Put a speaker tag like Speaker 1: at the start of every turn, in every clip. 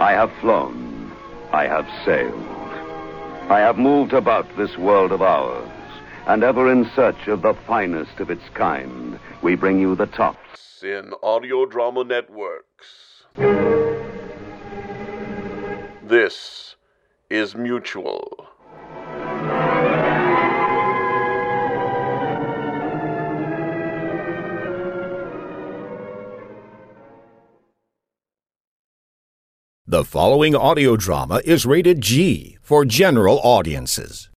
Speaker 1: I have flown. I have sailed. I have moved about this world of ours, and ever in search of the finest of its kind, we bring you the top.
Speaker 2: in Audio Drama Networks. This is Mutual.
Speaker 3: The following audio drama is rated G for general audiences.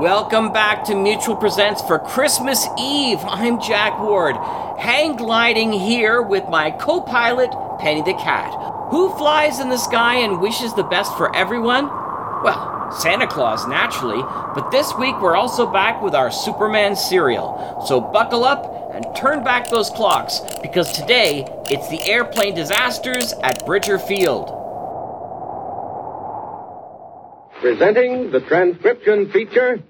Speaker 4: Welcome back to Mutual Presents for Christmas Eve. I'm Jack Ward, hang gliding here with my co pilot, Penny the Cat, who flies in the sky and wishes the best for everyone. Well, Santa Claus, naturally, but this week we're also back with our Superman serial. So buckle up and turn back those clocks because today it's the airplane disasters at Bridger Field.
Speaker 5: Presenting the transcription feature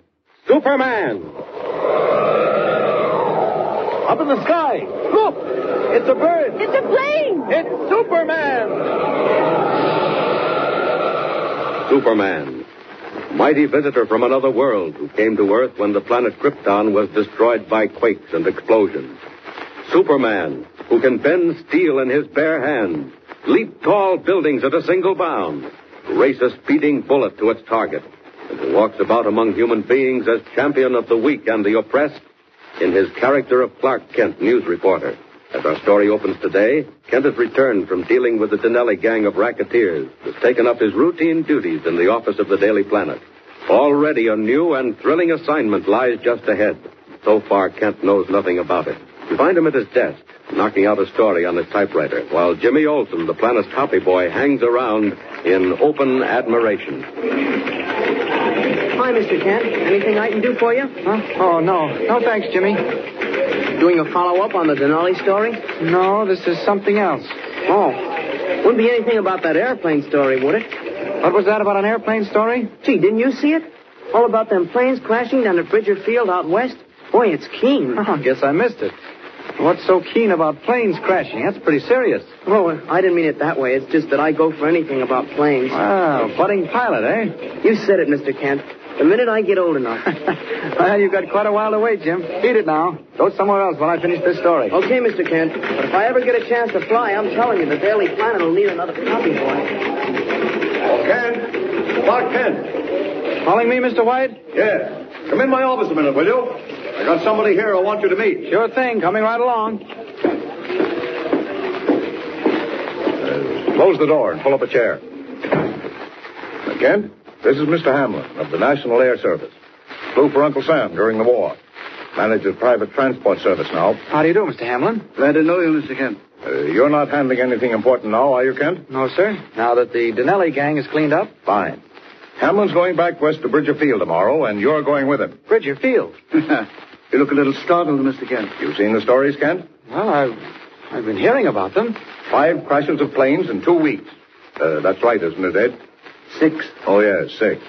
Speaker 5: Superman. Up in the sky. Look! It's a bird. It's a plane. It's Superman. Superman. Mighty visitor from another world who came to Earth when the planet Krypton was destroyed by quakes and explosions. Superman, who can bend steel in his bare hands, leap tall buildings at a single bound, race a speeding bullet to its target, and who walks about among human beings as champion of the weak and the oppressed in his character of Clark Kent, news reporter. As our story opens today, Kent has returned from dealing with the Denelli gang of racketeers, has taken up his routine duties in the office of the Daily Planet. Already a new and thrilling assignment lies just ahead. So far, Kent knows nothing about it. You find him at his desk, knocking out a story on his typewriter, while Jimmy Olsen, the planet's copy boy, hangs around in open admiration.
Speaker 6: Hi, Mr. Kent. Anything I can do for you? Huh? Oh, no. No, thanks, Jimmy. Doing a follow-up on the Denali story? No, this is something else. Oh. Wouldn't be anything about that airplane story, would it? What was that about an airplane story? Gee, didn't you see it? All about them planes crashing down at Bridger Field out west? Boy, it's keen. Oh, guess I missed it. What's so keen about planes crashing? That's pretty serious. Oh, I didn't mean it that way. It's just that I go for anything about planes. Wow, budding pilot, eh? You said it, Mr. Kent. The minute I get old enough. well, you've got quite a while to wait, Jim. Beat it now. Go somewhere else when I finish this story. Okay, Mr. Kent. But if I ever get a chance to fly, I'm telling you, the Daily Planet will need another copy boy.
Speaker 5: Kent! Clark Kent! Calling me, Mr. White? Yes. Come in my office a minute, will you? I got somebody here I want you to meet. Sure thing. Coming right along.
Speaker 7: Close the door and pull up a chair. Now, Kent, this is Mr. Hamlin of the National Air Service. Flew for Uncle Sam during the war. Manages private transport service now.
Speaker 6: How do you do, Mr. Hamlin? Glad to know you, Mr. Kent.
Speaker 7: Uh, you're not handling anything important now, are you, Kent?
Speaker 6: No, sir. Now that the Denelli gang is cleaned up.
Speaker 7: Fine. Hamlin's going back west to Bridger Field tomorrow, and you're going with him.
Speaker 6: Bridger Field.
Speaker 7: you look a little startled, Mr. Kent. You've seen the stories, Kent?
Speaker 6: Well, I've, I've been hearing about them.
Speaker 7: Five crashes of planes in two weeks. Uh, that's right, isn't it, Ed?
Speaker 6: Six.
Speaker 7: Oh, yes, six.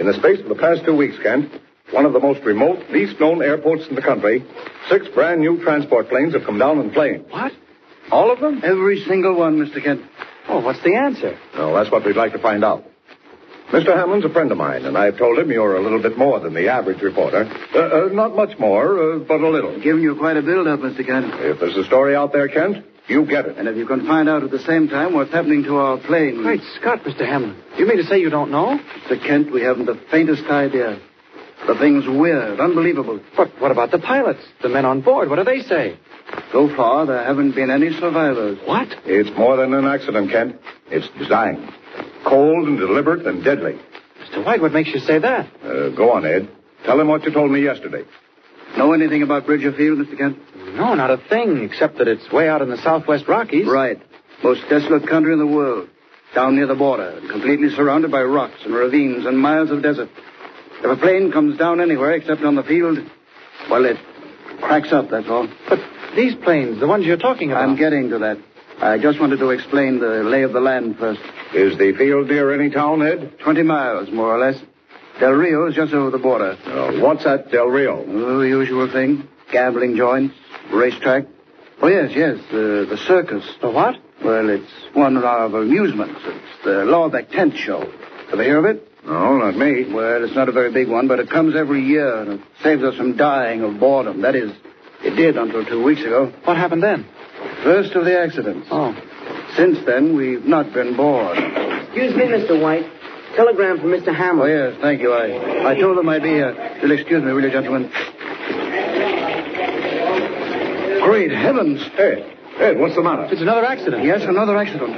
Speaker 7: In the space of the past two weeks, Kent, one of the most remote, least known airports in the country, six brand new transport planes have come down and planed.
Speaker 6: What?
Speaker 7: All of them?
Speaker 6: Every single one, Mr. Kent. Oh, what's the answer?
Speaker 7: No, that's what we'd like to find out. Mr. Hamlin's a friend of mine, and I've told him you're a little bit more than the average reporter. Uh, uh, not much more, uh, but a little.
Speaker 6: Giving you quite a build-up, Mr. Kent.
Speaker 7: If there's a story out there, Kent, you get it.
Speaker 6: And if you can find out at the same time what's happening to our plane. Great Scott, Mr. Hamlin. You mean to say you don't know? Mr. Kent, we haven't the faintest idea.
Speaker 8: The thing's weird, unbelievable. But what about the pilots? The men on board, what do they say? So far, there haven't been any survivors. What?
Speaker 7: It's more than an accident, Kent. It's design. Cold and deliberate and deadly.
Speaker 8: Mr. White, what makes you say that?
Speaker 7: Uh, go on, Ed. Tell him what you told me yesterday.
Speaker 8: Know anything about Bridger Field, Mr. Kent? No, not a thing, except that it's way out in the southwest Rockies. Right. Most desolate country in the world. Down near the border, completely surrounded by rocks and ravines and miles of desert. If a plane comes down anywhere except on the field, well, it cracks up, that's all. But these planes, the ones you're talking about. I'm getting to that. I just wanted to explain the lay of the land first.
Speaker 7: Is the field near any town, Ed?
Speaker 8: Twenty miles, more or less. Del Rio is just over the border.
Speaker 7: Uh, what's at Del Rio?
Speaker 8: Oh, the usual thing. Gambling joints, racetrack. Oh, yes, yes, the, the circus. The what? Well, it's one of our amusements. It's the Lawbeck Tent Show. Have you heard of it?
Speaker 7: No, not me.
Speaker 8: Well, it's not a very big one, but it comes every year, and it saves us from dying of boredom. That is, it did until two weeks ago. What happened then? First of the accidents. Oh. Since then, we've not been bored.
Speaker 9: Excuse me, Mr. White. Telegram from Mr.
Speaker 8: Oh,
Speaker 9: Hamlin.
Speaker 8: yes, thank you. I, I told them I'd be here. You'll excuse me, will you, gentlemen? Great heavens!
Speaker 7: Ed, Ed, what's the matter?
Speaker 8: It's another accident. Yes, another accident.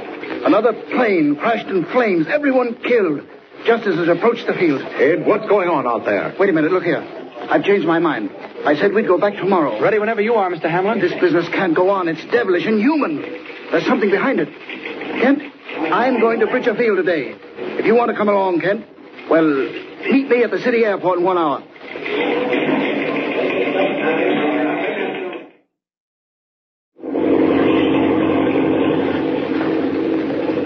Speaker 8: Another plane crashed in flames. Everyone killed. Just as it approached the field.
Speaker 7: Ed, what's going on out there?
Speaker 8: Wait a minute. Look here. I've changed my mind. I said we'd go back tomorrow. Ready whenever you are, Mr. Hamlin. This business can't go on. It's devilish, inhuman. There's something behind it. Kent, I'm going to Bridger Field today. If you want to come along, Kent, well, meet me at the city airport in one hour.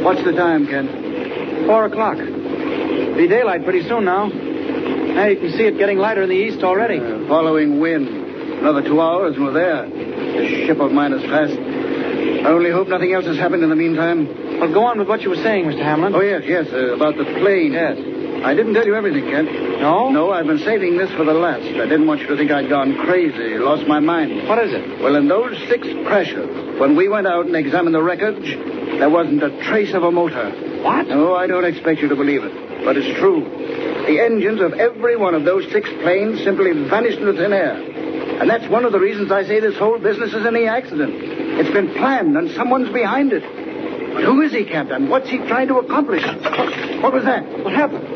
Speaker 8: What's the time, Kent? Four o'clock. Be daylight pretty soon now. Now you can see it getting lighter in the east already. Uh, following wind. Another two hours and we're there. The ship of mine is fast. I only hope nothing else has happened in the meantime. Well, go on with what you were saying, Mr. Hamlin. Oh, yes, yes, uh, about the plane. Yes. I didn't tell you everything, Kent. No? No, I've been saving this for the last. I didn't want you to think I'd gone crazy, lost my mind. What is it? Well, in those six crashes, when we went out and examined the wreckage, there wasn't a trace of a motor. What? No, I don't expect you to believe it, but it's true. The engines of every one of those six planes simply vanished into thin air. And that's one of the reasons I say this whole business is any accident. It's been planned, and someone's behind it. But who is he, Captain? What's he trying to accomplish? What was that? What happened?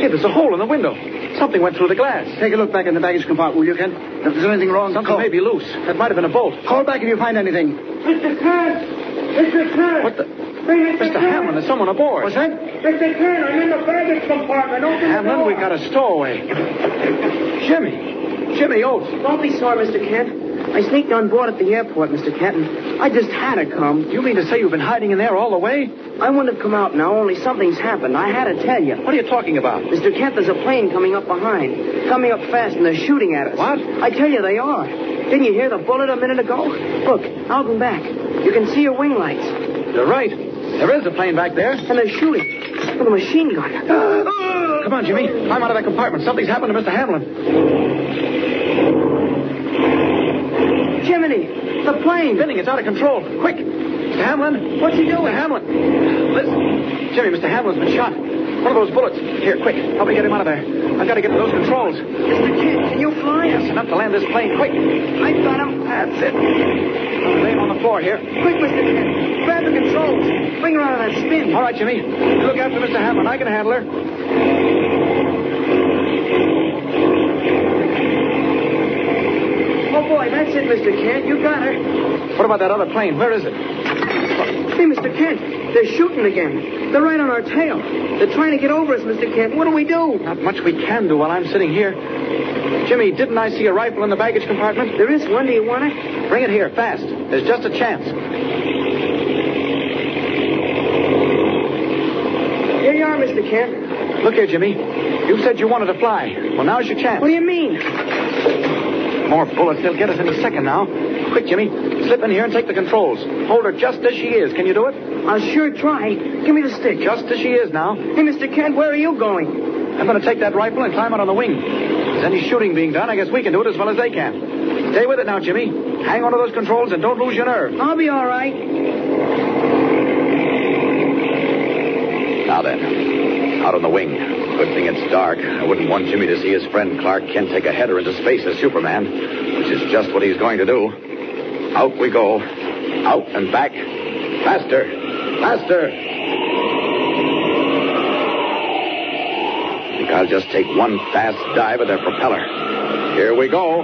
Speaker 8: Hey, there's a hole in the window. Something went through the glass. Take a look back in the baggage compartment, will you, Kent? If there's anything wrong, something may be loose. That might have been a bolt. Call back if you find anything.
Speaker 10: Mr. Kern! Mr. Kern!
Speaker 8: What the?
Speaker 10: Mr. Hamlin,
Speaker 8: there's someone aboard. What's that?
Speaker 10: Mr. Kern, I'm in the baggage compartment. Open the
Speaker 9: Hamlin,
Speaker 10: door.
Speaker 9: we got a stowaway. Jimmy. Jimmy oh, Oates. Don't be sorry, Mr. Kent. I sneaked on board at the airport, Mr. Kent, and I just had to come. You mean to say you've been hiding in there all the way? I wouldn't have come out now, only something's happened. I had to tell you. What are you talking about? Mr. Kent, there's a plane coming up behind. Coming up fast, and they're shooting at us. What? I tell you, they are. Didn't you hear the bullet a minute ago? Look, out and back. You can see your wing lights. You're right. There is a plane back there. And they're shooting with a machine gun. Come on, Jimmy. Climb out of that compartment. Something's happened to Mr. Hamlin.
Speaker 10: Jiminy, the plane.
Speaker 9: Spinning. It's out of control. Quick. Mr. Hamlin. What's he doing? Mr. Hamlin. Listen. Jimmy, Mr. Hamlin's been shot. One of those bullets. Here, quick. Help me get him out of there. I've got to get to those controls. Mr. Kent, can you fly? Yes, enough to land this plane. Quick. I've got him. That's it. I'll lay him on the floor here.
Speaker 10: Quick, Mr. Kent. Grab the controls. Bring her out of that spin.
Speaker 9: All right, Jimmy. You Look after Mr. Hamlin. I can handle her.
Speaker 10: Oh, boy, that's it, Mr. Kent. You got her.
Speaker 9: What about that other plane? Where is it?
Speaker 10: Hey, Mr. Kent, they're shooting again. They're right on our tail. They're trying to get over us, Mr. Kent. What do we do?
Speaker 9: Not much we can do while I'm sitting here. Jimmy, didn't I see a rifle in the baggage compartment? There is one. Do you want it? Bring it here, fast. There's just a chance.
Speaker 10: Here you are, Mr. Kent.
Speaker 9: Look here, Jimmy. You said you wanted to fly. Well, now's your chance.
Speaker 10: What do you mean?
Speaker 9: More bullets. They'll get us any second now. Quick, Jimmy. Slip in here and take the controls. Hold her just as she is. Can you do it?
Speaker 10: I'll sure try. Give me the stick.
Speaker 9: Just as she is now.
Speaker 10: Hey, Mr. Kent, where are you going?
Speaker 9: I'm going to take that rifle and climb out on the wing. If there's any shooting being done, I guess we can do it as well as they can. Stay with it now, Jimmy. Hang on to those controls and don't lose your nerve.
Speaker 10: I'll be all right.
Speaker 11: Now then, out on the wing. Good thing it's dark. I wouldn't want Jimmy to see his friend Clark Kent take a header into space as Superman, which is just what he's going to do. Out we go. Out and back. Faster. Faster. think I'll just take one fast dive at their propeller. Here we go.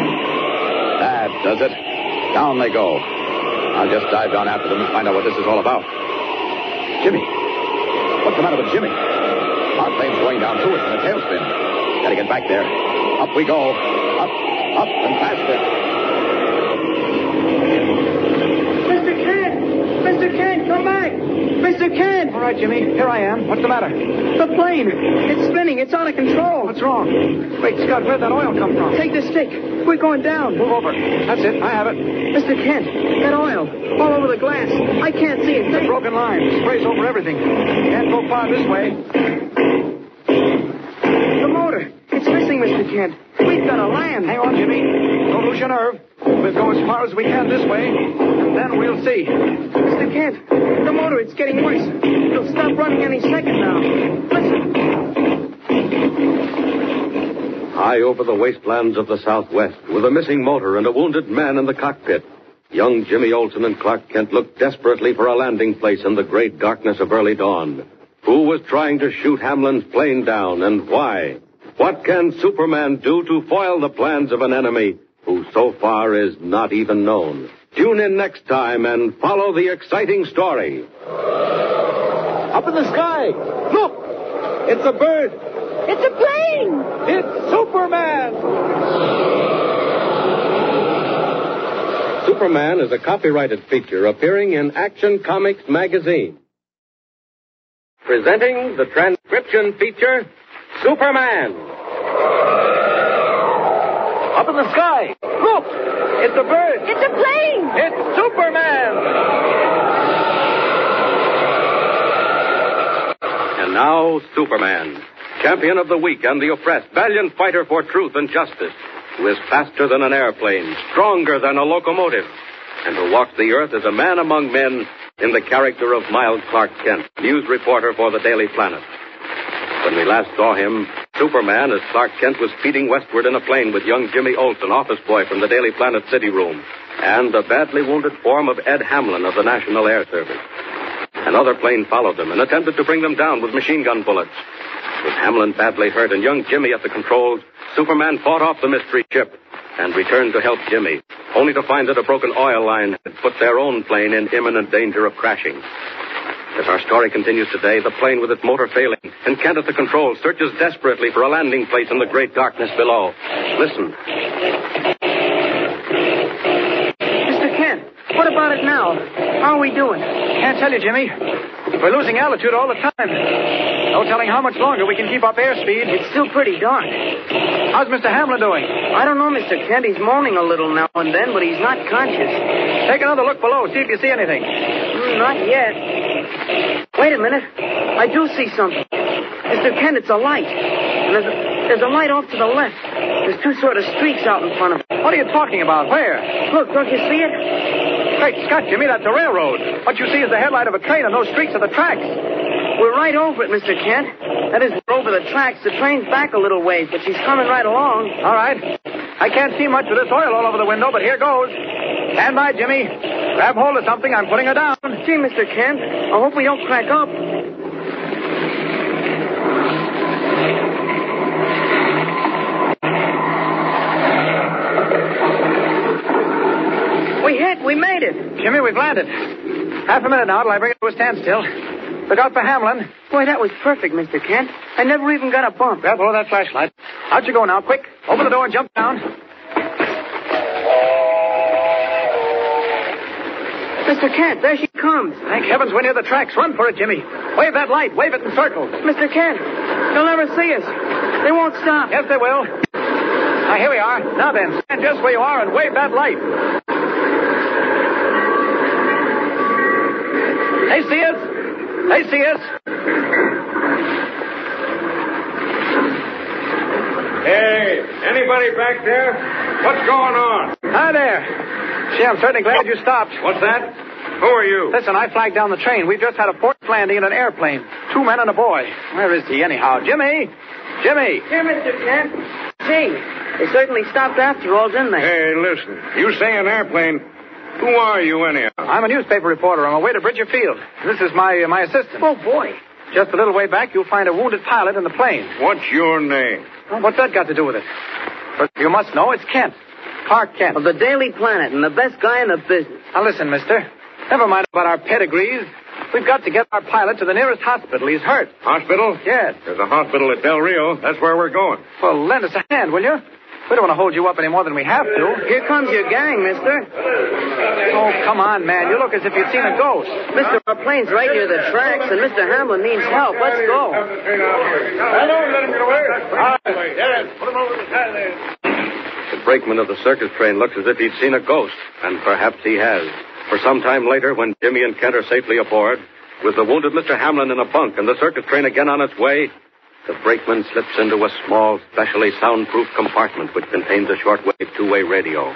Speaker 11: That does it. Down they go. I'll just dive down after them and find out what this is all about. Jimmy. What's the matter with Jimmy? Our plane's going down too. It's in a tailspin. Gotta get back there. Up we go. Up, up, and faster.
Speaker 6: Mr. Kent! Mr. Kent, come back! Mr. Kent! All right, Jimmy. Here I am. What's the matter? The plane. It's spinning. It's out of control. What's wrong? Wait, Scott, where'd that oil come from? Take the stick. We're going down. Move over. That's it. I have it. Mr. Kent, that oil. All over the glass. I can't see it. The broken line. Sprays over everything. Can't go far this way. The motor. It's missing, Mr. Kent. We've got to land. Hang on, Jimmy. Don't lose your nerve. We'll go as far as we can this way, and then we'll see. Mr. Kent, the motor, it's getting worse. It'll stop running any second now.
Speaker 5: High over the wastelands of the Southwest, with a missing motor and a wounded man in the cockpit, young Jimmy Olsen and Clark Kent looked desperately for a landing place in the great darkness of early dawn. Who was trying to shoot Hamlin's plane down and why? What can Superman do to foil the plans of an enemy who so far is not even known? Tune in next time and follow the exciting story.
Speaker 10: Up in the sky! Look! It's a bird! It's a plane! It's Superman!
Speaker 5: Superman is a copyrighted feature appearing in Action Comics magazine. Presenting the transcription feature, Superman.
Speaker 10: Up in the sky! Look! It's a bird! It's a plane! It's Superman!
Speaker 5: And now, Superman, champion of the weak and the oppressed, valiant fighter for truth and justice, who is faster than an airplane, stronger than a locomotive, and who walks the earth as a man among men in the character of Miles Clark Kent, news reporter for the Daily Planet. When we last saw him, Superman, as Clark Kent was speeding westward in a plane with young Jimmy Olsen, office boy from the Daily Planet City Room, and the badly wounded form of Ed Hamlin of the National Air Service. Another plane followed them and attempted to bring them down with machine gun bullets. With Hamlin badly hurt and young Jimmy at the controls, Superman fought off the mystery ship and returned to help Jimmy, only to find that a broken oil line had put their own plane in imminent danger of crashing. As our story continues today, the plane with its motor failing and Kent at the controls searches desperately for a landing place in the great darkness below. Listen.
Speaker 6: Mr. Kent, what about it now? How are we doing?
Speaker 9: Can't tell you, Jimmy. We're losing altitude all the time. No telling how much longer we can keep up airspeed. It's still pretty dark. How's Mr. Hamlin doing?
Speaker 6: I don't know, Mr. Kent. He's moaning a little now and then, but he's not conscious.
Speaker 9: Take another look below, see if you see anything.
Speaker 6: Hmm, Not yet. Wait a minute. I do see something. Mr. Kent, it's a light. And there's a, there's a light off to the left. There's two sort of streaks out in front of it.
Speaker 9: What are you talking about? Where?
Speaker 6: Look, don't you see it?
Speaker 9: Great Scott, Jimmy, that's a railroad. What you see is the headlight of a train and those streaks are the tracks.
Speaker 6: We're right over it, Mr. Kent. That is, we're over the tracks. The train's back a little ways, but she's coming right along.
Speaker 9: All right. I can't see much of this oil all over the window, but here goes. Stand by, Jimmy. Grab hold of something. I'm putting her down.
Speaker 6: Gee, Mr. Kent, I hope we don't crack up. We hit. We made it.
Speaker 9: Jimmy, we've landed. Half a minute now till I bring it to a standstill. Look out for Hamlin.
Speaker 6: Boy, that was perfect, Mr. Kent. I never even got a bump.
Speaker 9: Grab hold of that flashlight. Out you go now, quick. Open the door and jump down.
Speaker 6: Mr. Kent, there she comes.
Speaker 9: Thank heavens we're near the tracks. Run for it, Jimmy. Wave that light. Wave it in circles.
Speaker 6: Mr. Kent, they'll never see us. They won't stop.
Speaker 9: Yes, they will. Now, here we are. Now then, stand just where you are and wave that light. They see us. They see us.
Speaker 12: Hey, anybody back there? What's going on?
Speaker 9: Hi there. Gee, I'm certainly glad you stopped.
Speaker 12: What's that?
Speaker 10: Who are you?
Speaker 9: Listen, I flagged down the train. We've just had a forced landing in an airplane. Two men and a boy. Where is he, anyhow? Jimmy! Jimmy!
Speaker 6: Here, Mr. Kent. Gee, they certainly stopped after all, didn't they?
Speaker 13: Hey, listen. You say an airplane. Who are you, anyhow?
Speaker 9: I'm a newspaper reporter on my way to Bridger Field. This is my uh, my assistant.
Speaker 6: Oh, boy.
Speaker 9: Just a little way back, you'll find a wounded pilot in the plane.
Speaker 13: What's your name?
Speaker 9: What's that got to do with it? But you must know it's Kent. Clark Kent.
Speaker 6: Of the Daily Planet and the best guy in the business.
Speaker 9: Now listen, mister. Never mind about our pedigrees. We've got to get our pilot to the nearest hospital. He's hurt.
Speaker 13: Hospital?
Speaker 9: Yes.
Speaker 13: There's a hospital at Del Rio. That's where we're going.
Speaker 9: Well, lend us a hand, will you? We don't want to hold you up any more than we have to.
Speaker 6: Here comes your gang, mister.
Speaker 9: Oh, come on, man. You look as if you'd seen a ghost.
Speaker 6: Mister, our plane's right near the tracks, and Mr. Hamlin needs help. Let's go.
Speaker 10: don't let him get away. Put him over the side there.
Speaker 5: The brakeman of the circus train looks as if he'd seen a ghost, and perhaps he has. For some time later, when Jimmy and Kent are safely aboard, with the wounded Mr. Hamlin in a bunk and the circus train again on its way, the brakeman slips into a small, specially soundproof compartment which contains a shortwave two-way radio.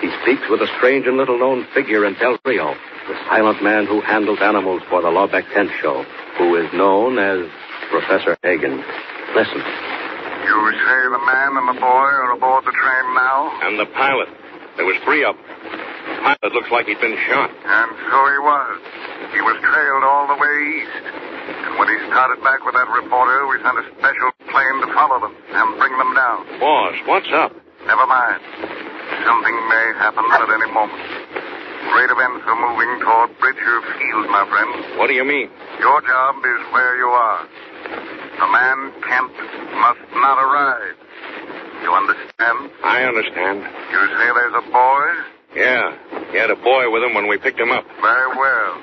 Speaker 5: He speaks with a strange and little-known figure in Del Rio, the silent man who handles animals for the Lawbeck Tent Show, who is known as Professor Hagen. Listen.
Speaker 12: You say the man and the boy are aboard the train now?
Speaker 13: I'm the pilot. There was three of them. The pilot looks like he'd been shot.
Speaker 12: And so he was. He was trailed all the way east. And when he started back with that reporter, we sent a special plane to follow them and bring them down.
Speaker 13: Boss, what's up?
Speaker 12: Never mind. Something may happen at any moment. Great events are moving toward Bridger Field, my friend.
Speaker 13: What do you mean?
Speaker 12: Your job is where you are. The man Kent must not arrive. You understand?
Speaker 13: I understand.
Speaker 12: You say there's a boy?
Speaker 13: Yeah. He had a boy with him when we picked him up.
Speaker 12: Very well.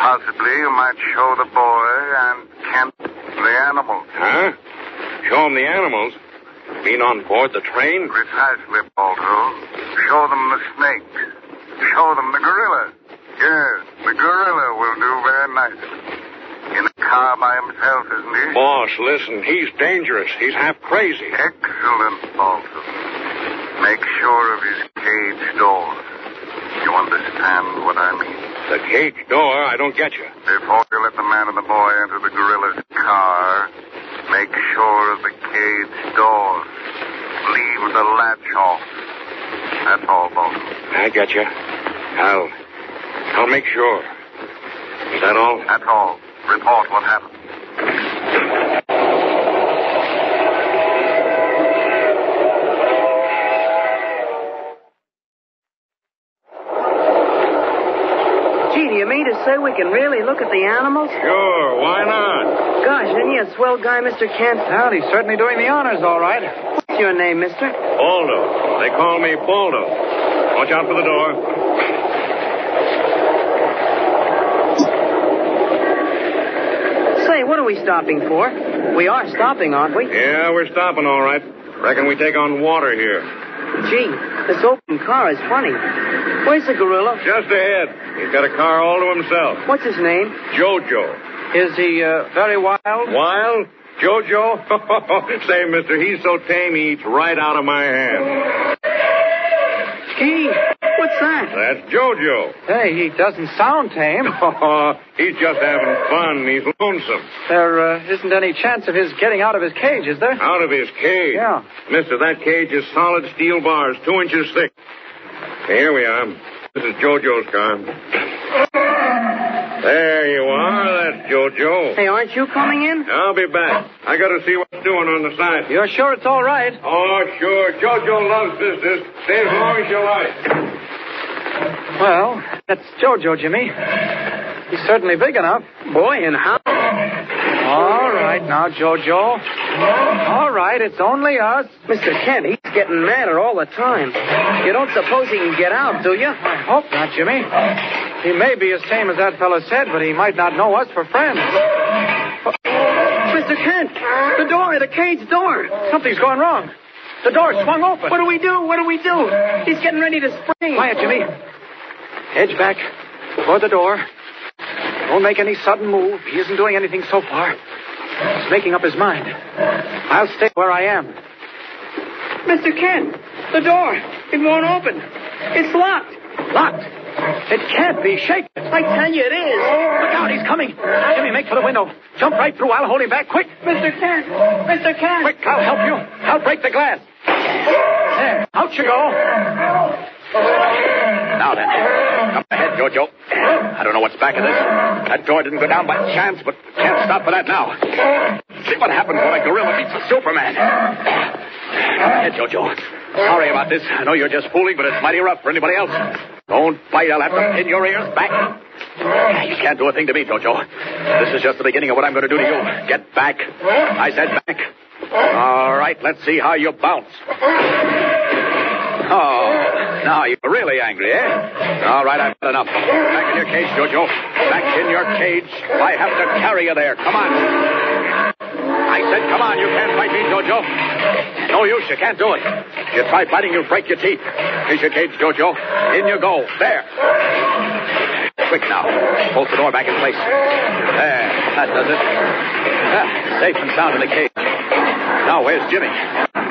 Speaker 12: Possibly you might show the boy and Kent the animals.
Speaker 13: Huh? Show him the animals? Mean on board the train?
Speaker 12: Precisely, Balto. Show them the snakes. Show them the gorilla. Yes, the gorilla will do very nicely. In a car by himself, isn't he?
Speaker 13: Boss, listen. He's dangerous. He's half crazy.
Speaker 12: Excellent, Balto. Make sure of his cage door. You understand what I mean?
Speaker 13: The cage door, I don't get you.
Speaker 12: Before you let the man and the boy enter the gorilla's car, make sure of the cage door. Leave the latch off. That's all, Bolton.
Speaker 13: I get you. I'll. I'll make sure. Is that all?
Speaker 12: That's all. Report what happened.
Speaker 6: Gee, do you mean to say we can really look at the animals?
Speaker 13: Sure, why not?
Speaker 6: Gosh, isn't he a swell guy, Mr. Kent?
Speaker 9: Well, he's certainly doing the honors, all right.
Speaker 6: What's your name, mister?
Speaker 13: Baldo. They call me Baldo. Watch out for the door.
Speaker 6: Say, what are we stopping for? We are stopping, aren't we?
Speaker 13: Yeah, we're stopping, all right. Reckon we take on water here.
Speaker 6: Gee, this open car is funny. Where's the gorilla?
Speaker 13: Just ahead. He's got a car all to himself.
Speaker 6: What's his name?
Speaker 13: Jojo.
Speaker 9: Is he uh, very wild?
Speaker 13: Wild? Jojo? Say, mister, he's so tame he eats right out of my hand.
Speaker 6: Gee, what's that?
Speaker 13: That's Jojo.
Speaker 9: Hey, he doesn't sound tame.
Speaker 13: he's just having fun. He's lonesome.
Speaker 9: There uh, isn't any chance of his getting out of his cage, is there?
Speaker 13: Out of his cage.
Speaker 9: Yeah.
Speaker 13: Mister, that cage is solid steel bars, two inches thick. Here we are. This is Jojo's car. There you are. That's Jojo.
Speaker 6: Hey, aren't you coming in?
Speaker 13: I'll be back. I gotta see what's doing on the side.
Speaker 9: You're sure it's all right?
Speaker 13: Oh, sure. Jojo loves sisters. Stay as long as you like.
Speaker 9: Well, that's Jojo, Jimmy. He's certainly big enough.
Speaker 6: Boy, and how?
Speaker 9: All right, now, Jojo. All right, it's only us.
Speaker 6: Mr. Kent, he's getting madder all the time. You don't suppose he can get out, do you?
Speaker 9: I hope not, Jimmy. He may be as tame as that fellow said, but he might not know us for friends.
Speaker 6: Mr. Kent, the door, the cage door.
Speaker 9: Something's gone wrong. The door swung open.
Speaker 6: What do we do? What do we do? He's getting ready to spring.
Speaker 9: Quiet, Jimmy. Edge back toward the door. Don't make any sudden move. He isn't doing anything so far. He's making up his mind. I'll stay where I am.
Speaker 6: Mr. Kent, the door. It won't open. It's locked.
Speaker 9: Locked.
Speaker 14: It can't be shaken. I tell you, it is. Look out, he's coming. Jimmy, make for the window. Jump right through. I'll hold him back. Quick. Mr. Kent. Mr. Kent. Quick, I'll help you. I'll break the glass. There. Out you go.
Speaker 11: Now then, up ahead, Jojo. I don't know what's back of this. That door didn't go down by chance, but we can't stop for that now. See what happens when a gorilla meets a Superman. Come ahead, Jojo. Sorry about this. I know you're just fooling, but it's mighty rough for anybody else. Don't bite. I'll have to pin your ears back. You can't do a thing to me, Jojo. This is just the beginning of what I'm going to do to you. Get back. I said back. All right, let's see how you bounce. Oh, now you're really angry, eh? All right, I've had enough. Back in your cage, Jojo. Back in your cage. I have to carry you there. Come on. I said, come on. You can't fight me, Jojo. No use. You can't do it. If you try biting, you'll break your teeth. Here's your cage, Jojo. In you go. There. Quick now. Bolt the door back in place. There. That does it. Ah, safe and sound in the cage. Now, where's Jimmy?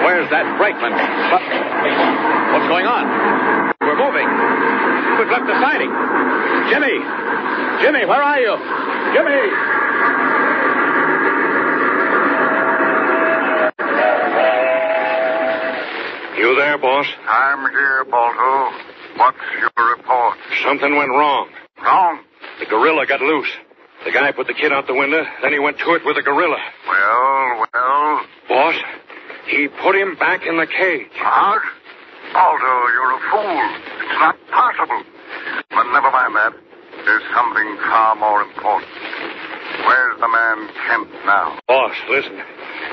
Speaker 11: Where's that brakeman? What? What's going on? We're moving. We've left the siding. Jimmy! Jimmy, where are you? Jimmy!
Speaker 13: You there, boss?
Speaker 12: I'm here, Balto. What's your report?
Speaker 13: Something went wrong.
Speaker 12: Wrong?
Speaker 13: The gorilla got loose. The guy put the kid out the window, then he went to it with a gorilla.
Speaker 12: Well, well.
Speaker 13: Boss, he put him back in the cage.
Speaker 12: What? Balto, you're a fool. It's not possible. But never mind that. There's something far more important. Where's the man Kemp now?
Speaker 13: Boss, listen.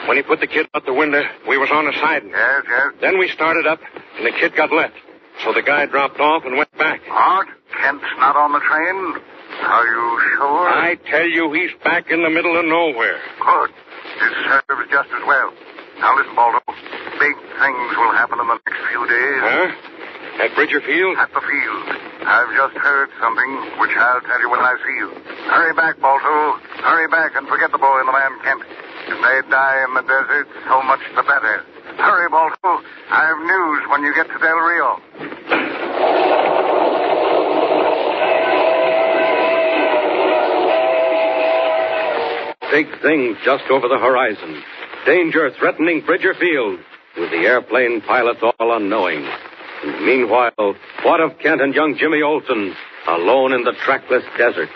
Speaker 13: When he put the kid out the window, we was on a siding.
Speaker 12: Yes, yes.
Speaker 13: Then we started up, and the kid got left. So the guy dropped off and went back.
Speaker 12: What? Kemp's not on the train? Are you sure?
Speaker 13: I tell you, he's back in the middle of nowhere.
Speaker 12: Good. It serves just as well. Now listen, Baldo. Big things will happen in the next few days.
Speaker 13: Huh? At Bridgerfield?
Speaker 12: At the field. I've just heard something, which I'll tell you when I see you. Hurry back, Balto. Hurry back and forget the boy and the man Kent. If they die in the desert, so much the better. Hurry, Balto. I have news when you get to Del Rio.
Speaker 5: Big things just over the horizon. Danger threatening Bridger Field, with the airplane pilots all unknowing. And meanwhile, what of Kent and young Jimmy Olsen, alone in the trackless desert?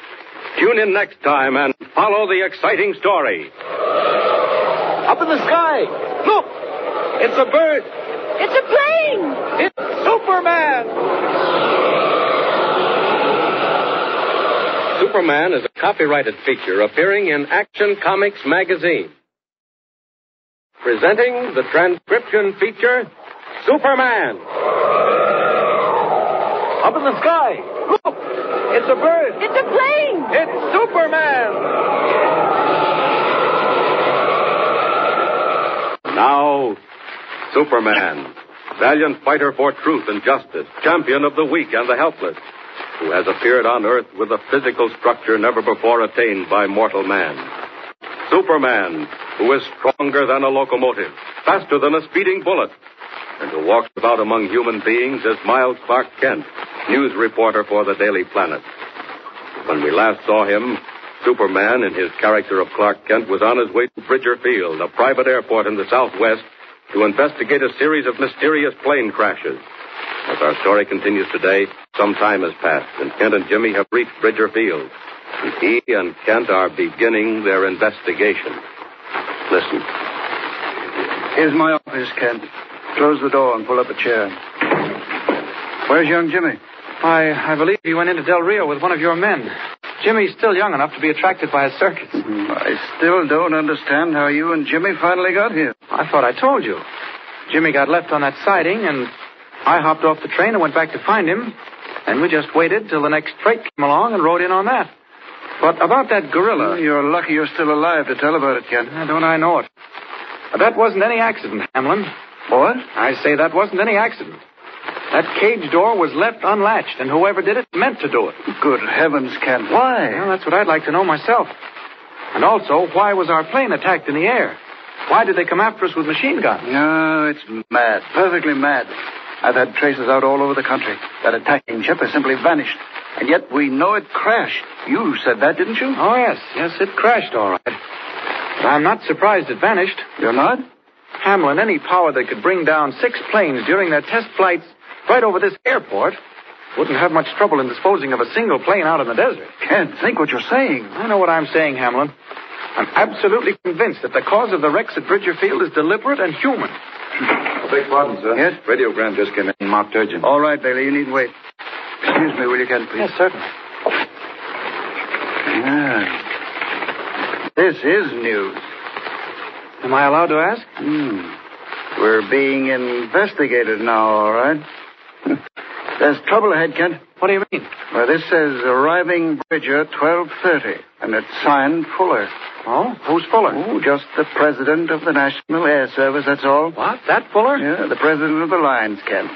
Speaker 5: Tune in next time and follow the exciting story.
Speaker 10: Up in the sky. Look! It's a bird. It's a plane. It's Superman.
Speaker 5: Superman is a copyrighted feature appearing in Action Comics magazine. Presenting the transcription feature, Superman.
Speaker 10: Up in the sky. Look! It's a bird. It's a plane. It's Superman.
Speaker 5: Now, Superman, valiant fighter for truth and justice, champion of the weak and the helpless, who has appeared on Earth with a physical structure never before attained by mortal man. Superman, who is stronger than a locomotive, faster than a speeding bullet, and who walks about among human beings as Miles Clark Kent, news reporter for the Daily Planet. When we last saw him, Superman, in his character of Clark Kent, was on his way to Bridger Field, a private airport in the southwest, to investigate a series of mysterious plane crashes. As our story continues today, some time has passed, and Kent and Jimmy have reached Bridger Field. And he and Kent are beginning their investigation. Listen.
Speaker 8: Here's my office, Kent. Close the door and pull up a chair.
Speaker 14: Where's young Jimmy? I, I believe he went into Del Rio with one of your men. Jimmy's still young enough to be attracted by a circus.
Speaker 8: Hmm, I still don't understand how you and Jimmy finally got here.
Speaker 14: I thought I told you. Jimmy got left on that siding, and I hopped off the train and went back to find him. And we just waited till the next freight came along and rode in on that. But about that gorilla.
Speaker 8: You're lucky you're still alive to tell about it, Kent.
Speaker 14: Don't I know it? That wasn't any accident, Hamlin. What? I say that wasn't any accident. That cage door was left unlatched, and whoever did it meant to do it.
Speaker 8: Good heavens, Kent. Why?
Speaker 14: Well, that's what I'd like to know myself. And also, why was our plane attacked in the air? Why did they come after us with machine guns?
Speaker 8: No, it's mad. Perfectly mad. I've had traces out all over the country. That attacking ship has simply vanished. And yet we know it crashed. You said that, didn't you?
Speaker 9: Oh, yes. Yes, it crashed all right. But I'm not surprised it vanished.
Speaker 8: You're not?
Speaker 9: Hamlin, any power that could bring down six planes during their test flights right over this airport wouldn't have much trouble in disposing of a single plane out in the desert.
Speaker 8: Can't think what you're saying.
Speaker 9: I know what I'm saying, Hamlin. I'm absolutely convinced that the cause of the wrecks at Bridger Field is deliberate and human.
Speaker 8: I beg pardon, sir. Yes? Radiogram just came in, marked urgent. All right, Bailey, you needn't wait. Excuse me, will you, Kent, please?
Speaker 9: Yes, certainly.
Speaker 8: Yeah. Ah. This is news.
Speaker 9: Am I allowed to ask?
Speaker 8: Hmm. We're being investigated now, all right? There's trouble ahead, Kent.
Speaker 9: What do you mean?
Speaker 8: Well, this says arriving Bridger 12.30, and it's signed Fuller.
Speaker 9: Oh? Who's Fuller?
Speaker 8: Oh, just the president of the National Air Service, that's all.
Speaker 9: What? That Fuller?
Speaker 8: Yeah, the president of the Lions, Kent.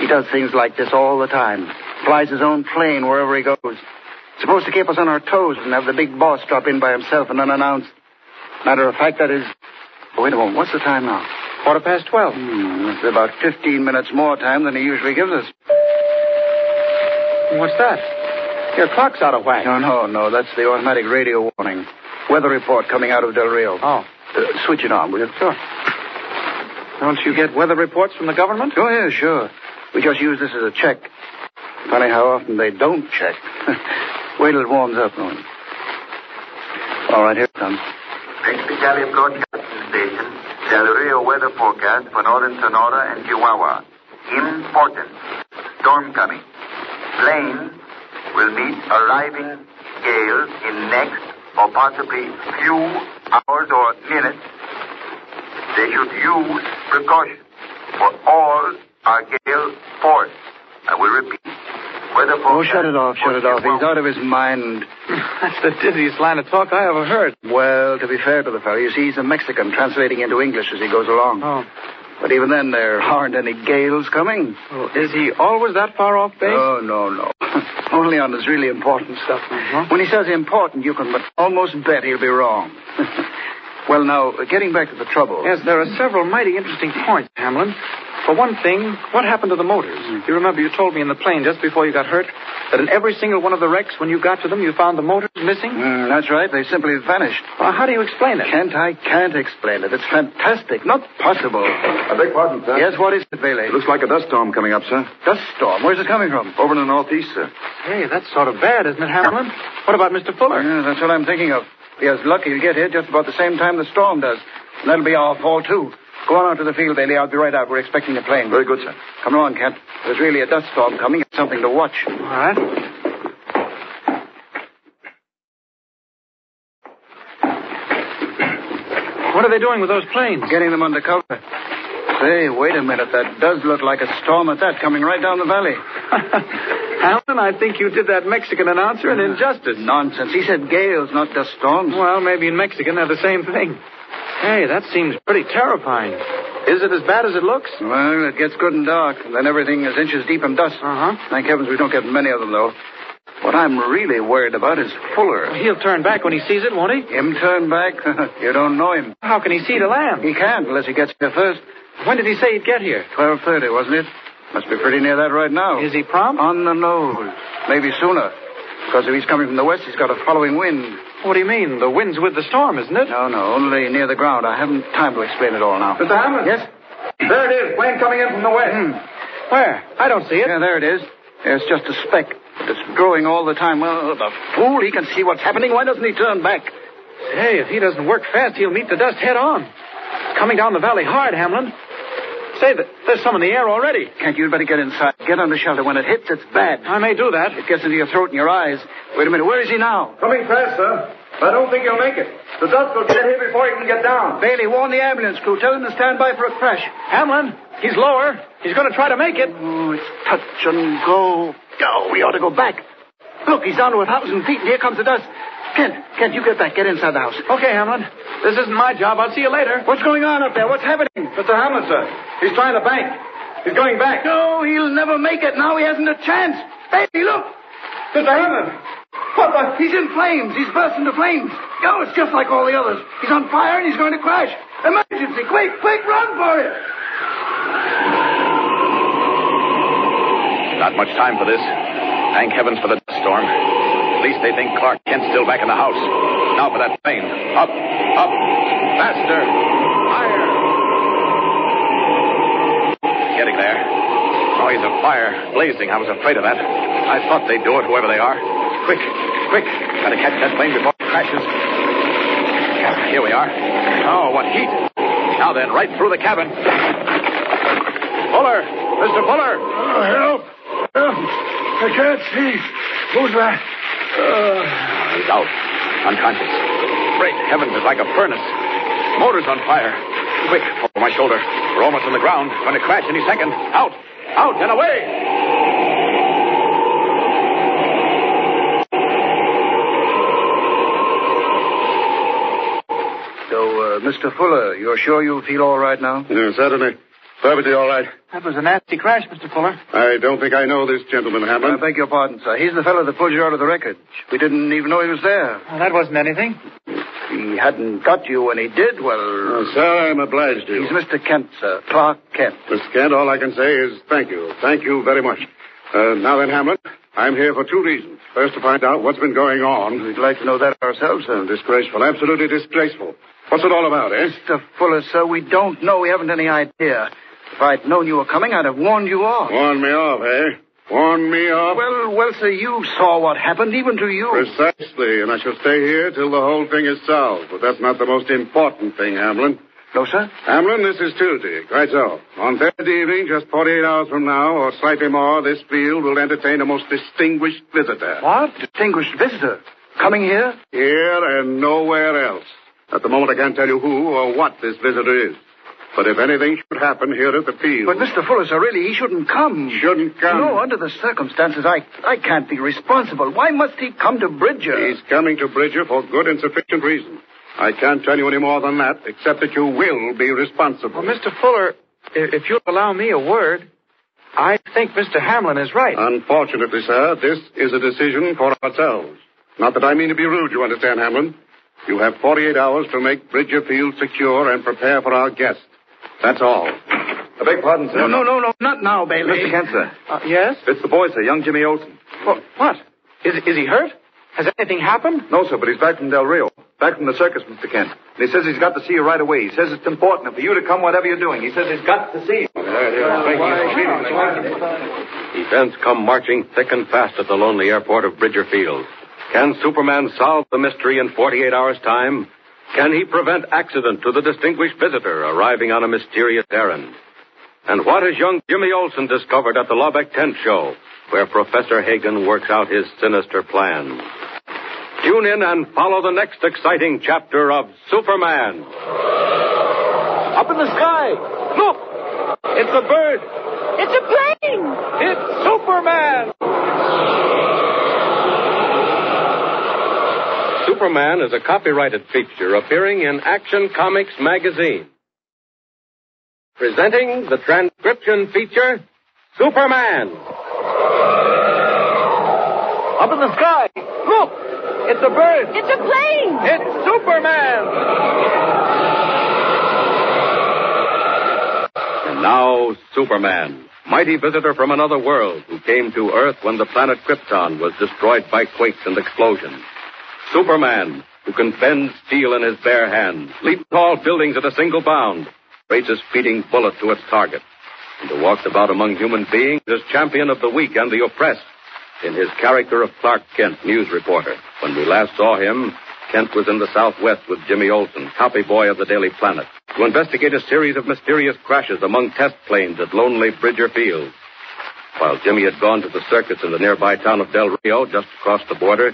Speaker 8: He does things like this all the time. Flies his own plane wherever he goes. Supposed to keep us on our toes and have the big boss drop in by himself and unannounced. Matter of fact, that is... Oh, wait a moment. What's the time now?
Speaker 9: Quarter past twelve.
Speaker 8: Hmm, that's about 15 minutes more time than he usually gives us.
Speaker 9: What's that? Your clock's out of whack.
Speaker 8: No, no, no. That's the automatic radio warning. Weather report coming out of Del Rio.
Speaker 9: Oh.
Speaker 8: Uh, switch it on, will you?
Speaker 9: Sure. Don't you get weather reports from the government?
Speaker 8: Oh, yeah, sure. We just use this as a check. Funny how often they don't check. Wait till it warms up, Norman. All right, here it comes.
Speaker 12: Mexicali Broadcasting Station, Del Rio weather forecast for northern Sonora and Chihuahua. Important. Storm coming. Plane will meet arriving gale in next or possibly few hours or minutes. They should use precaution for all are gale force. I will repeat. Weather
Speaker 8: Oh,
Speaker 12: forecast.
Speaker 8: shut it off, shut it off. He's out of his mind.
Speaker 9: That's the dizziest line of talk I ever heard.
Speaker 8: Well, to be fair to the fellow, you see, he's a Mexican translating into English as he goes along.
Speaker 9: Oh.
Speaker 8: But even then, there aren't any gales coming.
Speaker 9: Well, Oh, is he always that far off base?
Speaker 8: Oh, no, no. Only on this really important stuff.
Speaker 9: Uh-huh.
Speaker 8: When he says important, you can but almost bet he'll be wrong. well, now, getting back to the trouble.
Speaker 9: Yes, there are several mighty interesting points, Hamlin. For one thing, what happened to the motors?
Speaker 8: Hmm.
Speaker 9: You remember you told me in the plane just before you got hurt that in every single one of the wrecks, when you got to them, you found the motors missing?
Speaker 8: Mm, that's right. They simply vanished.
Speaker 9: Well, how do you explain it?
Speaker 8: Kent, I can't explain it. It's fantastic. Not possible.
Speaker 7: I beg pardon, sir.
Speaker 8: Yes, what is it, Bailey?
Speaker 7: It looks like a dust storm coming up, sir.
Speaker 8: Dust storm. Where's it coming from?
Speaker 7: Over in the northeast, sir.
Speaker 9: Hey, that's sort of bad, isn't it, Hamlin? What about Mr. Fuller?
Speaker 8: Yeah, that's what I'm thinking of. He has luck he'll get here just about the same time the storm does. And that'll be our fall, too. Go on out to the field, Bailey. I'll be right out. We're expecting a plane.
Speaker 7: Very good, sir.
Speaker 8: Come on, Kent. There's really a dust storm coming. It's something to watch.
Speaker 9: All right. What are they doing with those planes?
Speaker 8: Getting them under cover. Say, wait a minute. That does look like a storm at that coming right down the valley.
Speaker 9: Hamlin, I think you did that Mexican announcer an injustice.
Speaker 8: Nonsense. He said gales, not dust storms.
Speaker 9: Well, maybe in Mexican they're the same thing. Hey, that seems pretty terrifying. Is it as bad as it looks?
Speaker 8: Well, it gets good and dark, and then everything is inches deep in dust.
Speaker 9: Uh-huh.
Speaker 8: Thank heavens we don't get many of them, though. What I'm really worried about is Fuller.
Speaker 9: He'll turn back when he sees it, won't he?
Speaker 8: Him turn back? you don't know him.
Speaker 9: How can he see to land?
Speaker 8: He can't unless he gets here first.
Speaker 9: When did he say he'd get here?
Speaker 8: 12.30, wasn't it? Must be pretty near that right now.
Speaker 9: Is he prompt?
Speaker 8: On the nose. Maybe sooner. Because if he's coming from the west, he's got a following wind.
Speaker 9: What do you mean? The wind's with the storm, isn't it?
Speaker 8: No, no, only near the ground. I haven't time to explain it all now.
Speaker 9: Mr. Hamlin?
Speaker 8: Yes? Hmm.
Speaker 9: There it is, plane coming in from the west. Where? I don't see it.
Speaker 8: Yeah, there it is. It's just a speck. But it's growing all the time. Well, the fool, he can see what's happening. Why doesn't he turn back?
Speaker 9: Hey, if he doesn't work fast, he'll meet the dust head on. Coming down the valley hard, Hamlin. Say, th- there's some in the air already.
Speaker 8: Kent, you'd better get inside. Get under shelter. When it hits, it's bad.
Speaker 9: I may do that.
Speaker 8: It gets into your throat and your eyes. Wait a minute. Where is he now?
Speaker 9: Coming fast, sir. I don't think he'll make it. The dust will get here before he can get down.
Speaker 8: Bailey, warn the ambulance crew. Tell them to stand by for a crash.
Speaker 9: Hamlin, he's lower. He's going to try to make it.
Speaker 8: Oh, it's touch and go. Go. We ought to go back. Look, he's down to a thousand feet, and here comes the dust. Kent, Kent, you get back. Get inside the house.
Speaker 9: Okay, Hamlin. This isn't my job. I'll see you later.
Speaker 8: What's going on up there? What's happening?
Speaker 9: Mr. Hamlin, sir. He's trying to bank. He's going back.
Speaker 8: No, he'll never make it. Now he hasn't a chance. Bailey, look.
Speaker 9: Mr. Hamlin. What the?
Speaker 8: He's in flames. He's burst into flames. Oh, it's just like all the others. He's on fire and he's going to crash. Emergency! Quick, quick, run for it!
Speaker 11: Not much time for this. Thank heavens for the dust storm. At least they think Clark Kent's still back in the house. Now for that plane. Up, up, faster, higher. Getting there. Noise of fire, blazing. I was afraid of that. I thought they'd do it, whoever they are. Quick, quick. Gotta catch that plane before it crashes. Yeah, here we are. Oh, what heat. Now then, right through the cabin. Fuller! Mr. Fuller!
Speaker 15: help! Help! Oh, I can't see. Who's that?
Speaker 11: He's out. Unconscious. Great heavens, it's like a furnace. Motor's on fire. Quick, over my shoulder. We're almost on the ground. Going to crash any second. Out! Out and away!
Speaker 8: So, uh, Mr. Fuller, you're sure you feel all right now?
Speaker 16: Yeah, certainly. Perfectly all right.
Speaker 8: That was a nasty crash, Mr. Fuller.
Speaker 16: I don't think I know this gentleman,
Speaker 8: I
Speaker 16: Hamlin.
Speaker 8: beg your pardon, sir. He's the fellow that pulled you out of the wreckage. We didn't even know he was there. that wasn't anything. He hadn't got you when he did. Well,
Speaker 16: Oh, sir, I'm obliged to you.
Speaker 8: he's Mr. Kent, sir. Clark Kent.
Speaker 16: Miss Kent, all I can say is thank you. Thank you very much. Uh, now then, Hamlin, I'm here for two reasons. First, to find out what's been going on. We'd like to know that ourselves, sir. Disgraceful, absolutely disgraceful. What's it all about, eh?
Speaker 8: Mr. Fuller, sir, we don't know. We haven't any idea. If I'd known you were coming, I'd have warned you off.
Speaker 16: Warn me off, eh? Warn me off?
Speaker 8: Well, well, sir, you saw what happened, even to you.
Speaker 16: Precisely, and I shall stay here till the whole thing is solved. But that's not the most important thing, Hamlin.
Speaker 8: No, sir?
Speaker 16: Hamlin, this is Tuesday. Quite so. On Thursday evening, just 48 hours from now, or slightly more, this field will entertain a most distinguished visitor.
Speaker 8: What? Distinguished visitor. Coming here?
Speaker 16: Here and nowhere else. At the moment, I can't tell you who or what this visitor is. But if anything should happen here at the field.
Speaker 8: But Mr. Fuller, sir, really, he shouldn't come.
Speaker 16: Shouldn't come.
Speaker 8: No, under the circumstances, I I can't be responsible. Why must he come to Bridger?
Speaker 16: He's coming to Bridger for good and sufficient reason. I can't tell you any more than that, except that you will be responsible.
Speaker 9: Mr. Fuller, i- if you'll allow me a word, I think Mr. Hamlin is right.
Speaker 16: Unfortunately, sir, this is a decision for ourselves. Not that I mean to be rude, you understand, Hamlin. You have 48 hours to make Bridger Field secure and prepare for our guest. That's all. I beg pardon,
Speaker 8: No, no, no, no, not now, Bailey.
Speaker 16: Mr. Kent, sir.
Speaker 9: Uh, yes?
Speaker 16: It's the boy, sir, young Jimmy Olsen.
Speaker 9: What? Is, is he hurt? Has anything happened?
Speaker 5: No, sir, but he's back from Del Rio. Back from the circus, Mr. Kent. And he says he's got to see you right away. He says it's important for you to come, whatever you're doing. He says he's got to see you.
Speaker 17: Events come marching thick and fast at the lonely airport of Bridger Field. Can Superman solve the mystery in 48 hours' time? Can he prevent accident to the distinguished visitor arriving on a mysterious errand? And what has young Jimmy Olsen discovered at the Lubbock Tent Show, where Professor Hagen works out his sinister plan? Tune in and follow the next exciting chapter of Superman.
Speaker 10: Up in the sky. Look! It's a bird. It's a plane. It's Superman.
Speaker 5: Superman is a copyrighted feature appearing in Action Comics magazine. Presenting the transcription feature, Superman.
Speaker 10: Up in the sky. Look! It's a bird. It's a plane. It's Superman.
Speaker 5: And now, Superman, mighty visitor from another world who came to Earth when the planet Krypton was destroyed by quakes and explosions. Superman, who can bend steel in his bare hands, leap tall buildings at a single bound, race a speeding bullet to its target, and who walks about among human beings as champion of the weak and the oppressed in his character of Clark Kent, news reporter. When we last saw him, Kent was in the Southwest with Jimmy Olsen, copy boy of the Daily Planet, to investigate a series of mysterious crashes among test planes at lonely Bridger Field. While Jimmy had gone to the circus in the nearby town of Del Rio, just across the border,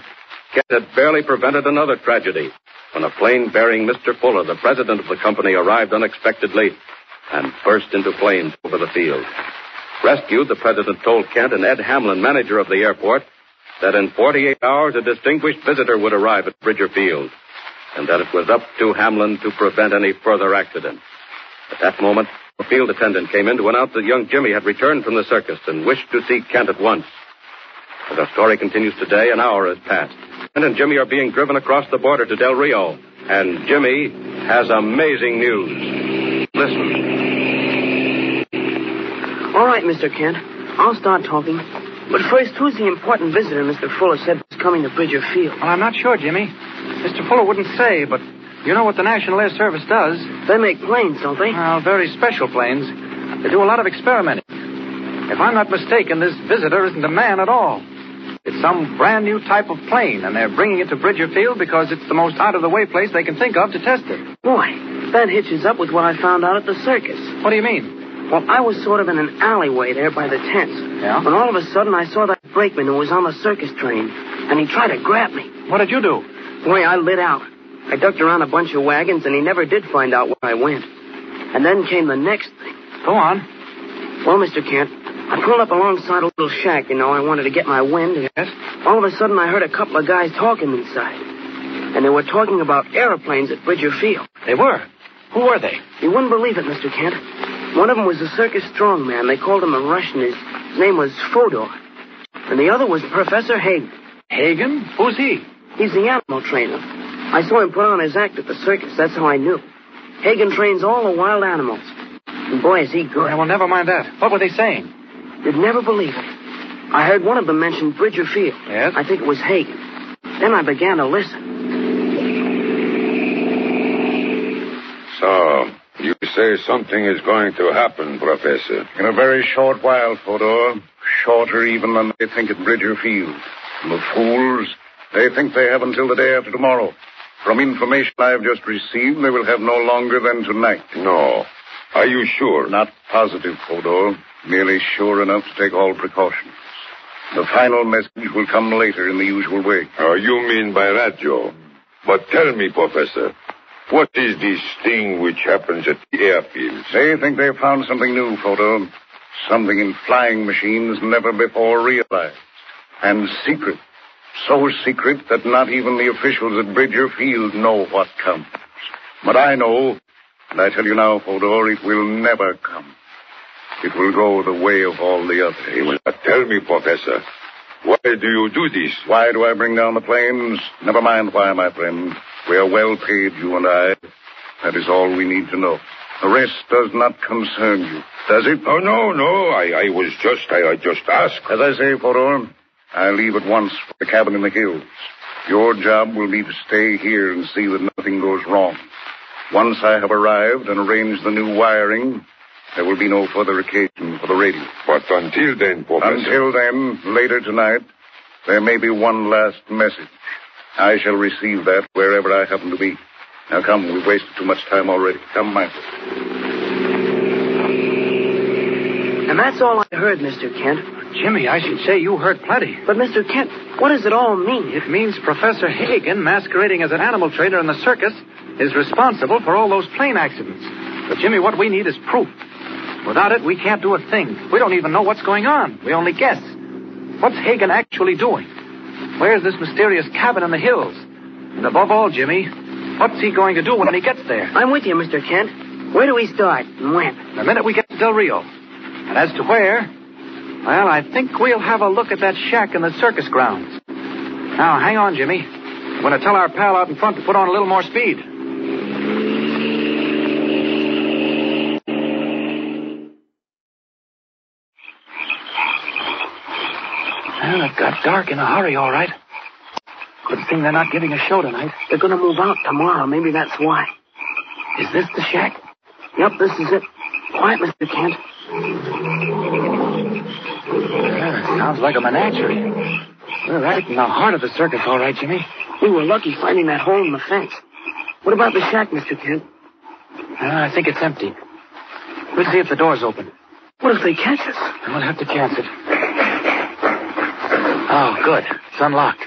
Speaker 5: Kent had barely prevented another tragedy when a plane bearing Mr. Fuller, the president of the company, arrived unexpectedly and burst into flames over the field. Rescued, the president told Kent and Ed Hamlin, manager of the airport, that in 48 hours a distinguished visitor would arrive at Bridger Field, and that it was up to Hamlin to prevent any further accident. At that moment, a field attendant came in to announce that young Jimmy had returned from the circus and wished to see Kent at once. As our story continues today, an hour has passed. Kent and Jimmy are being driven across the border to Del Rio, and Jimmy has amazing news. Listen.
Speaker 6: All right, Mr. Kent. I'll start talking. But first, who's the important visitor Mr. Fuller said was coming to Bridger Field?
Speaker 9: Well, I'm not sure, Jimmy. Mr. Fuller wouldn't say, but you know what the National Air Service does?
Speaker 6: They make planes, don't they?
Speaker 9: Well, very special planes. They do a lot of experimenting. If I'm not mistaken, this visitor isn't a man at all. It's some brand new type of plane, and they're bringing it to Bridger Field because it's the most out of the way place they can think of to test it.
Speaker 6: Boy, that hitches up with what I found out at the circus.
Speaker 9: What do you mean?
Speaker 6: Well, I was sort of in an alleyway there by the tents.
Speaker 9: Yeah?
Speaker 6: When all of a sudden I saw that brakeman who was on the circus train, and he tried to grab me.
Speaker 9: What did you do?
Speaker 6: Boy, I lit out. I ducked around a bunch of wagons, and he never did find out where I went. And then came the next thing.
Speaker 9: Go on.
Speaker 6: Well, Mr. Kent, I pulled up alongside a little shack, you know. I wanted to get my wind.
Speaker 9: Yes?
Speaker 6: All of a sudden, I heard a couple of guys talking inside. And they were talking about aeroplanes at Bridger Field.
Speaker 9: They were. Who were they?
Speaker 6: You wouldn't believe it, Mr. Kent. One of them was a circus strongman. They called him a Russian. His name was Fodor. And the other was Professor Hagen.
Speaker 9: Hagen? Who's he?
Speaker 6: He's the animal trainer. I saw him put on his act at the circus. That's how I knew. Hagen trains all the wild animals. And boy, is he good.
Speaker 9: Yeah, well, never mind that. What were they saying?
Speaker 6: You'd never believe it. I heard one of them mention Bridger Field.
Speaker 9: Yes?
Speaker 6: I think it was Hagen. Then I began to listen.
Speaker 18: So, you say something is going to happen, Professor.
Speaker 16: In a very short while, Fodor. Shorter even than they think at Bridger Field. And the fools, they think they have until the day after tomorrow. From information I've just received, they will have no longer than tonight.
Speaker 18: No. Are you sure?
Speaker 16: Not positive, Fodor. Merely sure enough to take all precautions. The final message will come later in the usual way.
Speaker 18: Oh, you mean by radio. But tell me, Professor, what is this thing which happens at the airfields?
Speaker 16: They think they've found something new, Fodor. Something in flying machines never before realized. And secret. So secret that not even the officials at Bridger Field know what comes. But I know, and I tell you now, Fodor, it will never come. It will go the way of all the others.
Speaker 18: They will not tell me, Professor. Why do you do this?
Speaker 16: Why do I bring down the planes? Never mind why, my friend. We are well paid, you and I. That is all we need to know. The rest does not concern you, does it?
Speaker 18: Oh, no, no. I, I was just, I, I just asked.
Speaker 16: As I say, Fodor, I leave at once for the cabin in the hills. Your job will be to stay here and see that nothing goes wrong. Once I have arrived and arranged the new wiring, there will be no further occasion for the radio.
Speaker 18: But until then, Professor.
Speaker 16: Until then, later tonight, there may be one last message. I shall receive that wherever I happen to be. Now come, we've wasted too much time already. Come, Michael.
Speaker 6: And that's all I heard, Mr. Kent.
Speaker 9: Jimmy, I should say you heard plenty.
Speaker 6: But, Mr. Kent, what does it all mean?
Speaker 9: It means Professor Hagen, masquerading as an animal trainer in the circus, is responsible for all those plane accidents. But, Jimmy, what we need is proof. Without it, we can't do a thing. We don't even know what's going on. We only guess. What's Hagen actually doing? Where's this mysterious cabin in the hills? And above all, Jimmy, what's he going to do when he gets there?
Speaker 6: I'm with you, Mr. Kent. Where do we start and when?
Speaker 9: The minute we get to Del Rio. And as to where, well, I think we'll have a look at that shack in the circus grounds. Now, hang on, Jimmy. I'm going to tell our pal out in front to put on a little more speed. Well, it got dark in a hurry, all right. Good thing they're not giving a show tonight.
Speaker 6: They're going to move out tomorrow. Maybe that's why.
Speaker 9: Is this the shack?
Speaker 6: Yep, this is it. Quiet, Mr. Kent.
Speaker 9: Yeah, sounds like a menagerie. We're right in the heart of the circus, all right, Jimmy.
Speaker 6: We were lucky finding that hole in the fence. What about the shack, Mr. Kent?
Speaker 9: Uh, I think it's empty. We'll see if the door's open.
Speaker 6: What if they catch us?
Speaker 9: We'll have to chance it. Oh, good. It's unlocked.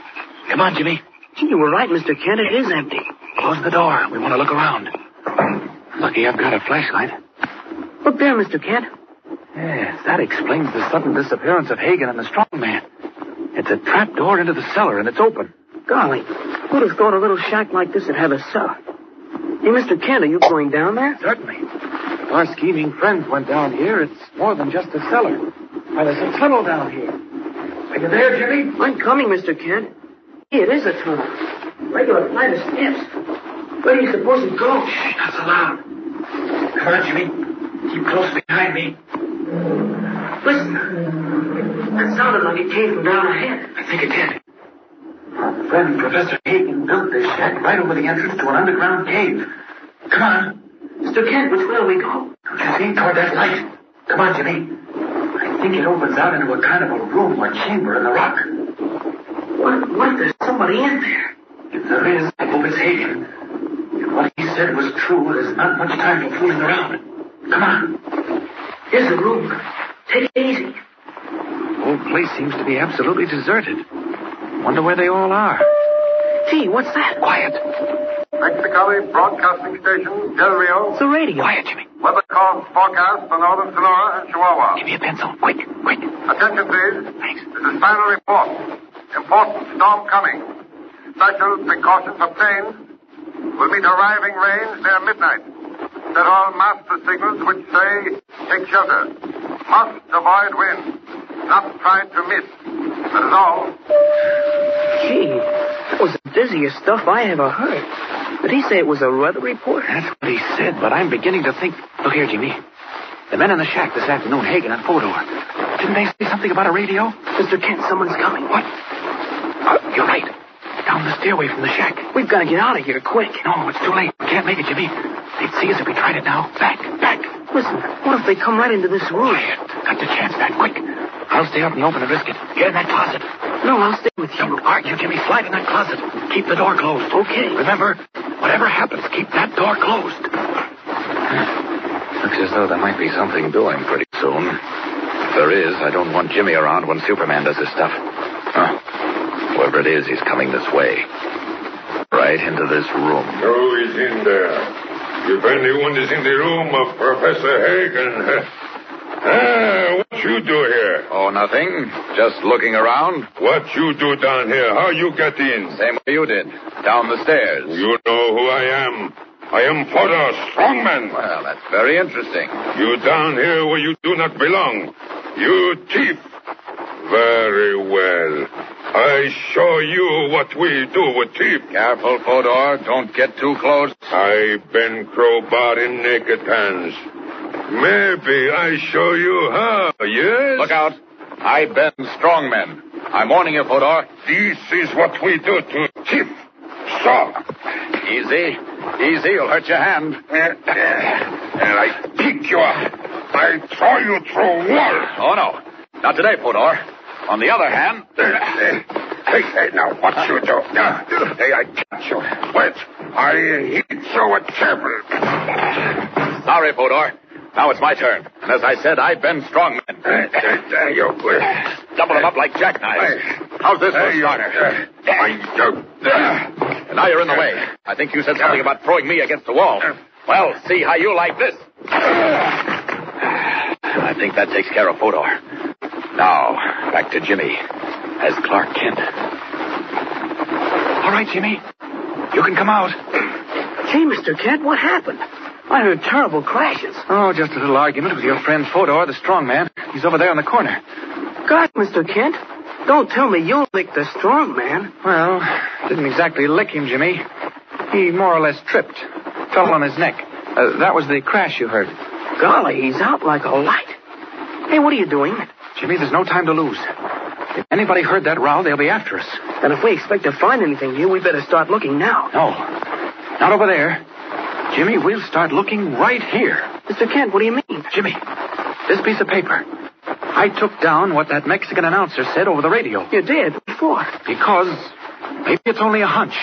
Speaker 9: Come on, Jimmy.
Speaker 6: Gee, you were right, Mr. Kent. It is empty.
Speaker 9: Close the door. We want to look around. Lucky I've got a flashlight.
Speaker 6: Look there, Mr. Kent.
Speaker 9: Yes, that explains the sudden disappearance of Hagen and the strong man. It's a trap door into the cellar, and it's open.
Speaker 6: Golly, who'd have thought a little shack like this would have a cellar? Hey, Mr. Kent, are you going down there?
Speaker 9: Certainly. If our scheming friends went down here, it's more than just a cellar. Why, there's a tunnel down here. Are you there, Jimmy?
Speaker 6: I'm coming, Mr. Kent. Gee, it is a tunnel. Regular flight of steps. Where do you suppose it goes?
Speaker 9: Not so loud. Come on, Jimmy. Keep close behind me.
Speaker 6: Listen. It sounded like it came from down ahead.
Speaker 19: I think it did. Our friend Professor Hagen built this shack right over the entrance to an underground cave. Come on.
Speaker 6: Mr. Kent, which way do we go?
Speaker 19: Don't you see? Toward that light. Come on, Jimmy. I think it opens out into a kind of a room or chamber in the rock. What, what? There's somebody in there. If there is, I hope it's Hagen. If what he said was true, there's not much time for fooling around. Come on.
Speaker 6: Here's the room. Take it easy.
Speaker 9: The whole place seems to be absolutely deserted. Wonder where they all are.
Speaker 6: Gee, what's that? Quiet.
Speaker 20: Mexicali Broadcasting Station, Del Rio.
Speaker 6: It's the radio. Quiet,
Speaker 20: Jimmy. Weather call forecast for northern Sonora and Chihuahua. Give me a pencil. Quick, quick. Attention, please. Thanks. This is final report. Important storm coming. Special precautions for planes. Will meet arriving range near midnight. Set all master signals which say take shelter. Must avoid wind. Not try to miss. That is all.
Speaker 6: Gee, that was the dizziest stuff I ever heard. Did he say it was a weather report?
Speaker 9: That's what he said, but I'm beginning to think. Look here, Jimmy. The men in the shack this afternoon, Hagen and Fodor, didn't they say something about a radio? Mr. Kent, someone's coming. What? Oh, you're right. Down the stairway from the shack. We've got to get out of here quick. No, it's too late. We can't make it, Jimmy. They'd see us if we tried it now. Back, back.
Speaker 6: Listen, what if they come right into this room?
Speaker 9: Got the chance back quick. I'll stay out in the open and risk it. Get in that closet.
Speaker 6: No, I'll stay with you.
Speaker 9: Don't argue, Jimmy. Slide in that closet. Keep the door closed. Okay. Remember, whatever happens, keep that door closed.
Speaker 11: Looks as though there might be something doing pretty soon. If there is, I don't want Jimmy around when Superman does his stuff. Huh. Whoever it is, he's coming this way. Right into this room.
Speaker 18: Who is in there? If anyone is in the room of Professor Hagen. Ah, what you do here?
Speaker 11: Oh, nothing. Just looking around.
Speaker 18: What you do down here? How you get in?
Speaker 11: Same way you did. Down the stairs.
Speaker 18: You know who I am. I am Fodor, strongman.
Speaker 11: Well, that's very interesting.
Speaker 18: You down here where you do not belong. You thief. Very well. I show you what we do with thief.
Speaker 11: Careful, Fodor. Don't get too close.
Speaker 18: I bend crowbar in naked hands. Maybe I show you how, yes?
Speaker 11: Look out. I bend strong men. I'm warning you, Fodor.
Speaker 18: This is what we do to thief. So,
Speaker 11: Easy. Easy. You'll hurt your hand.
Speaker 18: and I pick you up. I throw you through wall.
Speaker 11: Oh, no. Not today, Fodor. On the other hand.
Speaker 18: Hey, hey, now, what you do? Now, hey, I catch you. Wait, I hit you a table.
Speaker 11: Sorry, Fodor. Now it's my turn. And as I said, I bend strong men.
Speaker 18: There you go.
Speaker 11: Double them up like jackknives. How's this for a starter?
Speaker 18: I uh, don't.
Speaker 11: And now you're in the way. I think you said something about throwing me against the wall. Well, see how you like this. I think that takes care of Fodor. Now, back to Jimmy as Clark Kent.
Speaker 9: All right, Jimmy. You can come out.
Speaker 6: Gee, Mr. Kent, what happened? I heard terrible crashes.
Speaker 9: Oh, just a little argument with your friend Fodor, the strong man. He's over there in the corner.
Speaker 6: God, Mr. Kent, don't tell me you licked the strong man.
Speaker 9: Well, didn't exactly lick him, Jimmy. He more or less tripped, fell on his neck. Uh, that was the crash you heard.
Speaker 6: Golly, he's out like a light. Hey, what are you doing?
Speaker 9: Jimmy, there's no time to lose. If anybody heard that row, they'll be after us.
Speaker 6: And if we expect to find anything here, we better start looking now.
Speaker 9: No, not over there. Jimmy, we'll start looking right here.
Speaker 6: Mr. Kent, what do you mean?
Speaker 9: Jimmy, this piece of paper. I took down what that Mexican announcer said over the radio.
Speaker 6: You did? What for?
Speaker 9: Because maybe it's only a hunch.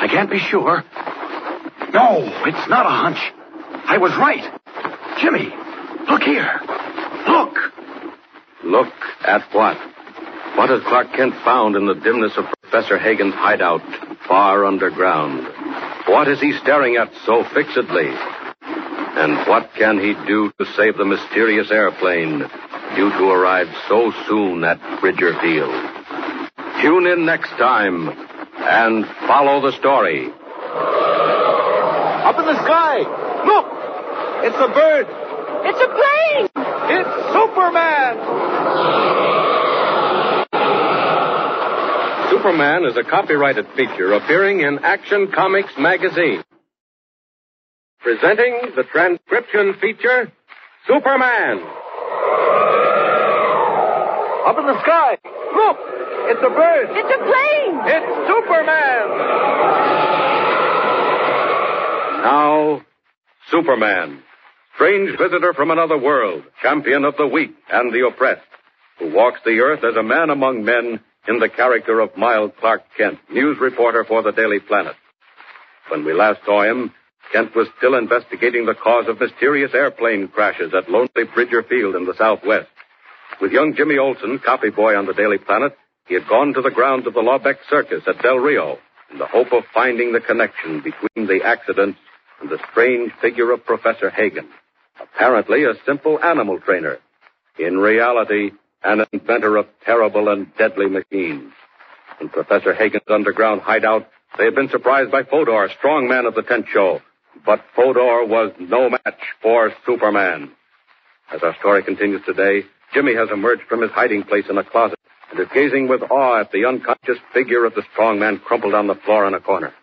Speaker 9: I can't be sure. No, it's not a hunch. I was right. Jimmy, look here. Look.
Speaker 5: Look at what? What has Clark Kent found in the dimness of Professor Hagen's hideout far underground? What is he staring at so fixedly? And what can he do to save the mysterious airplane due to arrive so soon at Bridger Field? Tune in next time and follow the story.
Speaker 10: Up in the sky! Look! It's a bird!
Speaker 21: It's a plane!
Speaker 10: It's Superman!
Speaker 5: Superman is a copyrighted feature appearing in Action Comics magazine. Presenting the transcription feature, Superman.
Speaker 10: Up in the sky. Look! It's a bird. It's a plane. It's Superman.
Speaker 5: Now, Superman, strange visitor from another world, champion of the weak and the oppressed, who walks the earth as a man among men in the character of Miles Clark Kent, news reporter for the Daily Planet. When we last saw him, Kent was still investigating the cause of mysterious airplane crashes at lonely Bridger Field in the southwest. With young Jimmy Olsen, copy boy on the Daily Planet, he had gone to the grounds of the Lawbeck Circus at Del Rio in the hope of finding the connection between the accident and the strange figure of Professor Hagen, apparently a simple animal trainer. In reality, an inventor of terrible and deadly machines. In Professor Hagen's underground hideout, they had been surprised by Fodor, strongman of the tent show. But Fodor was no match for Superman. As our story continues today, Jimmy has emerged from his hiding place in a closet and is gazing with awe at the unconscious figure of the strongman crumpled on the floor in a corner.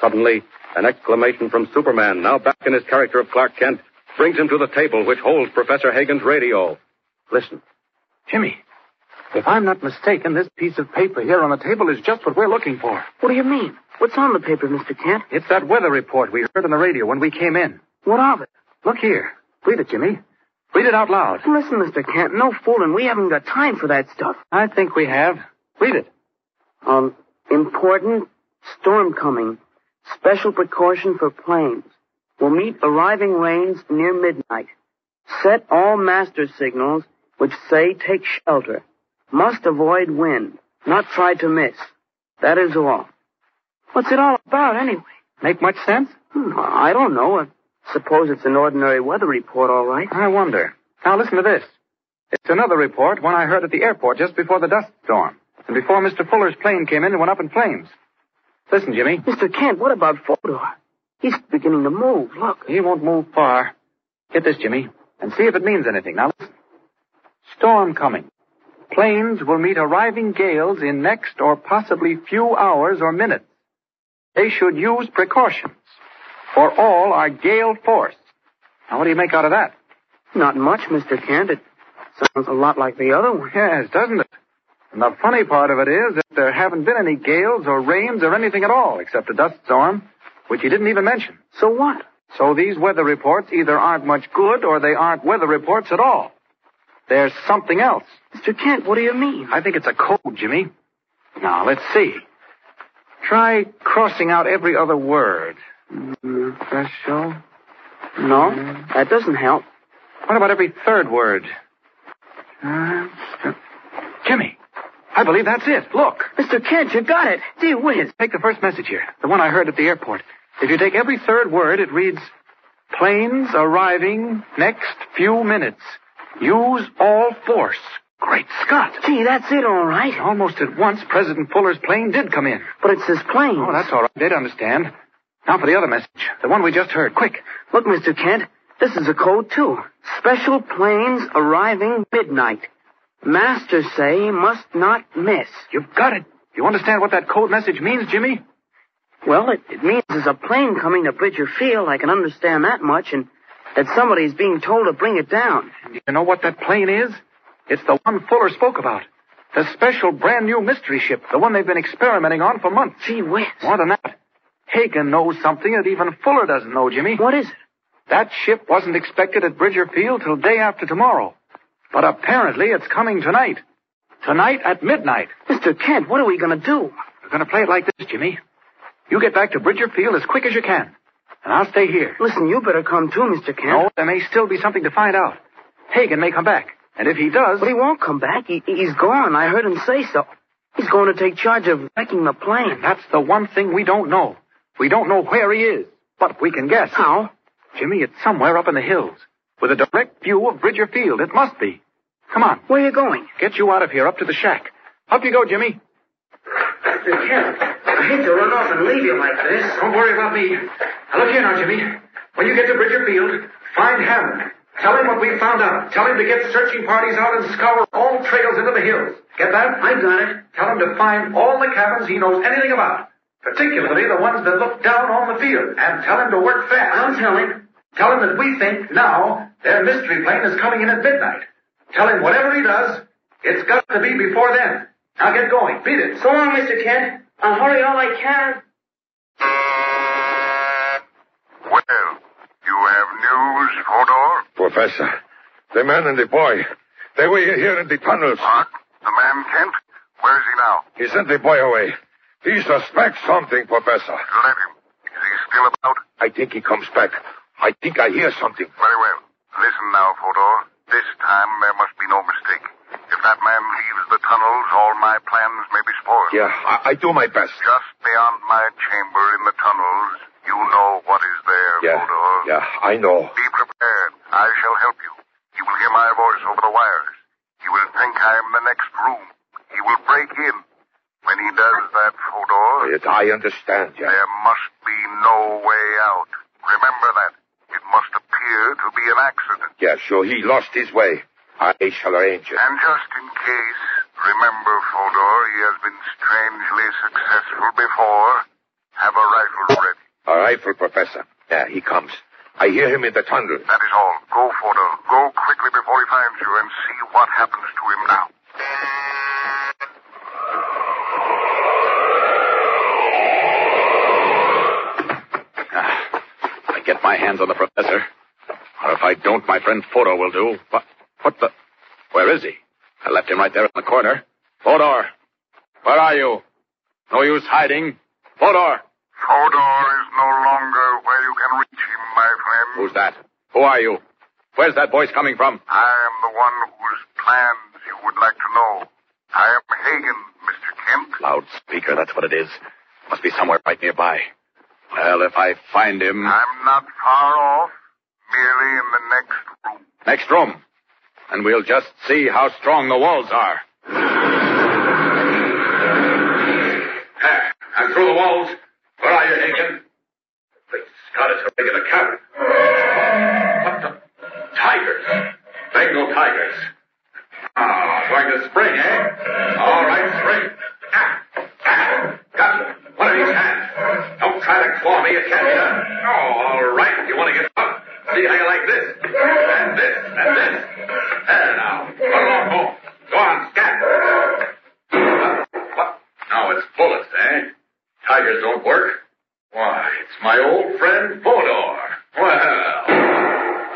Speaker 5: Suddenly, an exclamation from Superman, now back in his character of Clark Kent, brings him to the table which holds Professor Hagen's radio. Listen.
Speaker 9: Jimmy, if I'm not mistaken, this piece of paper here on the table is just what we're looking for.
Speaker 6: What do you mean? What's on the paper, Mr. Kent?
Speaker 9: It's that weather report we heard on the radio when we came in.
Speaker 6: What of it?
Speaker 9: Look here. Read it, Jimmy. Read it out loud.
Speaker 6: Listen, Mr. Kent, no fooling. We haven't got time for that stuff.
Speaker 9: I think we have. Read it.
Speaker 6: Um, important storm coming. Special precaution for planes. Will meet arriving rains near midnight. Set all master signals which say take shelter. Must avoid wind. Not try to miss. That is all. What's it all about anyway?
Speaker 9: Make much sense?
Speaker 6: Hmm, I don't know. I suppose it's an ordinary weather report, all right.
Speaker 9: I wonder. Now listen to this. It's another report, one I heard at the airport just before the dust storm, and before Mr. Fuller's plane came in and went up in flames. Listen, Jimmy.
Speaker 6: Mr. Kent, what about Fodor? He's beginning to move. Look.
Speaker 9: He won't move far. Get this, Jimmy, and see if it means anything. Now listen. Storm coming. Planes will meet arriving gales in next or possibly few hours or minutes. They should use precautions, for all are gale force. Now, what do you make out of that?
Speaker 6: Not much, Mr. Kent. It sounds a lot like the other one.
Speaker 9: Yes, doesn't it? And the funny part of it is that there haven't been any gales or rains or anything at all except a dust storm, which he didn't even mention.
Speaker 6: So what?
Speaker 9: So these weather reports either aren't much good or they aren't weather reports at all. There's something else.
Speaker 6: Mr. Kent, what do you mean?
Speaker 9: I think it's a code, Jimmy. Now, let's see. Try crossing out every other word. Mm, Special.
Speaker 6: No, that doesn't help.
Speaker 9: What about every third word? Uh, Jimmy, I believe that's it. Look.
Speaker 6: Mr. Kent, you got it. Gee whiz.
Speaker 9: Take the first message here, the one I heard at the airport. If you take every third word, it reads Planes arriving next few minutes. Use all force. Great Scott.
Speaker 6: Gee, that's it, all right.
Speaker 9: Almost at once, President Fuller's plane did come in.
Speaker 6: But it's his plane.
Speaker 9: Oh, that's all right. They'd understand. Now for the other message, the one we just heard. Quick.
Speaker 6: Look, Mr. Kent, this is a code, too. Special planes arriving midnight. Masters say must not miss.
Speaker 9: You've got it. You understand what that code message means, Jimmy?
Speaker 6: Well, it, it means there's a plane coming to Bridger Field. I can understand that much, and that somebody's being told to bring it down.
Speaker 9: And do you know what that plane is? It's the one Fuller spoke about. The special brand new mystery ship, the one they've been experimenting on for months.
Speaker 6: Gee whiz.
Speaker 9: More than that, Hagen knows something that even Fuller doesn't know, Jimmy.
Speaker 6: What is it?
Speaker 9: That ship wasn't expected at Bridger Field till day after tomorrow. But apparently it's coming tonight. Tonight at midnight.
Speaker 6: Mr. Kent, what are we going to do?
Speaker 9: We're going to play it like this, Jimmy. You get back to Bridger Field as quick as you can, and I'll stay here.
Speaker 6: Listen, you better come too, Mr. Kent.
Speaker 9: No, there may still be something to find out. Hagen may come back, and if he does,
Speaker 6: But he won't come back. He, he's gone. I heard him say so. He's going to take charge of wrecking the plane.
Speaker 9: that's the one thing we don't know. We don't know where he is, but we can guess.
Speaker 6: How?
Speaker 9: Jimmy, it's somewhere up in the hills, with a direct view of Bridger Field. It must be. Come on,
Speaker 6: Where are you going?
Speaker 9: get you out of here, up to the shack. Up you go, Jimmy.
Speaker 22: Mr. Kent, I hate to run off and leave you like this. Don't worry about me. Now look here now, Jimmy. When you get to Bridger Field, find Hammond. Tell him what we found out. Tell him to get searching parties out and scour all trails into the hills. Get that? I got it. Tell him to find all the cabins he knows anything about, particularly the ones that look down on the field, and tell him to work fast. I'll tell him. Tell him that we think now their mystery plane is coming in at midnight. Tell him whatever he does,
Speaker 20: It's got to be before then. Now get going. Beat it.
Speaker 14: So long, Mr. Kent. I'll hurry all I can.
Speaker 12: Well, you have news, Hodor?
Speaker 13: Professor, the man and the boy, they were here in the tunnels.
Speaker 12: What? The man Kent? Where is he now?
Speaker 13: He sent the boy away. He suspects something, Professor.
Speaker 12: Let him. Is he still about?
Speaker 13: I think he comes back. I think I hear something.
Speaker 12: Very well. Listen now, Fodor. This time there must be no mistake. If that man leaves the tunnels, all my plans may be spoiled.
Speaker 13: Yeah, I, I do my best.
Speaker 12: Just beyond my chamber in the tunnels, you know what is there,
Speaker 13: Yeah.
Speaker 12: Fodor.
Speaker 13: Yeah, I know.
Speaker 12: Be prepared. I shall help you. He will hear my voice over the wires. He will think I am the next room. He will break in. When he does that, Fodor,
Speaker 13: It, I understand, yeah.
Speaker 12: there must be no way out. Remember that. It must appear to be an accident.
Speaker 13: Yeah, sure. He lost his way. I shall arrange it.
Speaker 12: And just in case, remember, Fodor, he has been strangely successful before. Have a rifle ready.
Speaker 13: A rifle, Professor. Yeah, he comes. I hear him in the tunnel.
Speaker 12: That is all. Go, Fodor. Go quickly before he finds you and see what happens to him now.
Speaker 11: Ah, I get my hands on the professor. Or if I don't, my friend Fodor will do. What, what the? Where is he? I left him right there in the corner. Fodor! Where are you? No use hiding. Fodor!
Speaker 12: Fodor is no longer where you can reach him, my friend.
Speaker 11: Who's that? Who are you? Where's that voice coming from?
Speaker 12: I am the one whose plans you would like to know. I am Hagen, Mr. Kent.
Speaker 11: Loudspeaker, that's what it is. Must be somewhere right nearby. Well, if I find him.
Speaker 12: I'm not far off, merely in the next
Speaker 11: Next room. And we'll just see how strong the walls are.
Speaker 20: I'm through the walls. Where are you, Hagen? Great Scott, it's a regular cavern. What the? Tigers. Bengal tigers. Ah, going to spring, eh? All right, spring. Ah, ah, got you. One of these hands. Don't try to claw me. It can't be done. Oh, all right. If you want to get up, see how you like this. And this, and this. There now. Go along, go. Go on, scat. Now it's bullets, eh? Tigers don't work. Why, it's my old friend Fodor. Well,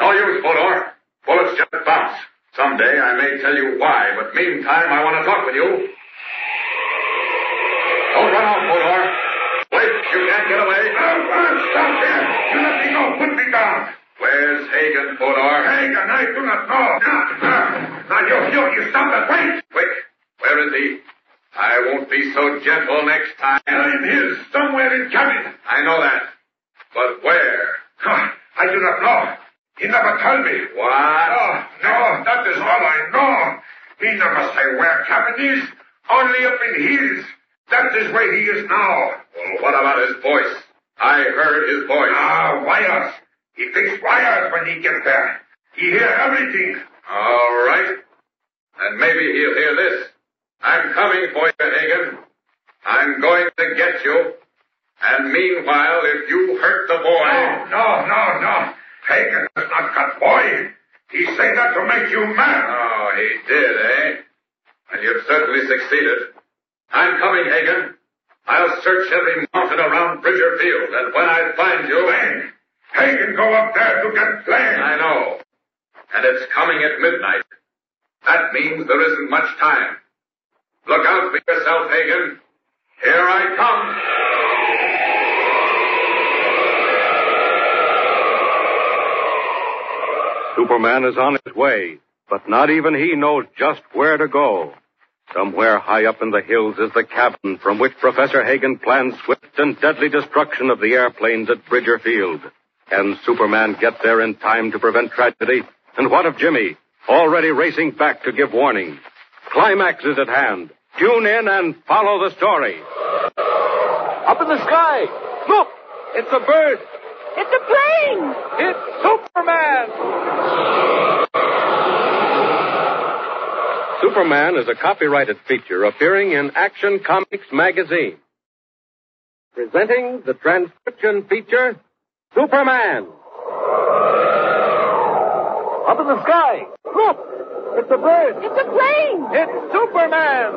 Speaker 20: no use, Fodor. Bullets just bounce. Someday I may tell you why, but meantime I want to talk with you. Don't run off, Fodor. Wait, you can't get away. stop there. You let me go. Put me down. Where's Hagen, Fodor? Hagen, I do not know. Now, you, you, you stop that. Wait. Quick. Where is he? I won't be so gentle next time. I'm here somewhere in cabin. I know that. But where? I do not know. He never told me. What? No, no, that is all I know. He never say where cabin is, only up in hills. That is where he is now. Well, what about his voice? I heard his voice. Ah, wires. He thinks wires when he gets there. He hear everything. All right. And maybe he'll hear this. I'm coming for you, Hagen. I'm going to get you. And meanwhile, if you hurt the boy. No, no, no. Hagen has not got boy. He said that to make you mad. Oh, he did, eh? And you've certainly succeeded. I'm coming, Hagen. I'll search every mountain around Bridger Field, and when I find you. Lang! Hagen, go up there to get Lang! I know. And it's coming at midnight. That means there isn't much time. Look out for yourself, Hagen. Here I come.
Speaker 5: Superman is on his way, but not even he knows just where to go. Somewhere high up in the hills is the cabin from which Professor Hagen plans swift and deadly destruction of the airplanes at Bridger Field. Can Superman get there in time to prevent tragedy? And what of Jimmy, already racing back to give warning? Climax is at hand. Tune in and follow the story.
Speaker 10: Up in the sky! Look! It's a bird! It's a plane! It's Superman!
Speaker 5: Superman is a copyrighted feature appearing in Action Comics magazine. Presenting the transcription feature, Superman.
Speaker 10: Up in the sky! Look! It's a bird. It's a plane. It's Superman.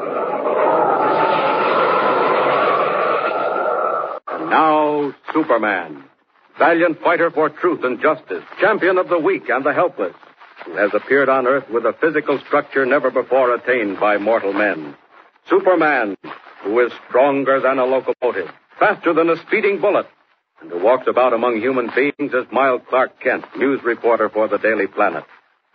Speaker 5: And now, Superman, valiant fighter for truth and justice, champion of the weak and the helpless, who has appeared on Earth with a physical structure never before attained by mortal men. Superman, who is stronger than a locomotive, faster than a speeding bullet, and who walks about among human beings as Miles Clark Kent, news reporter for the Daily Planet.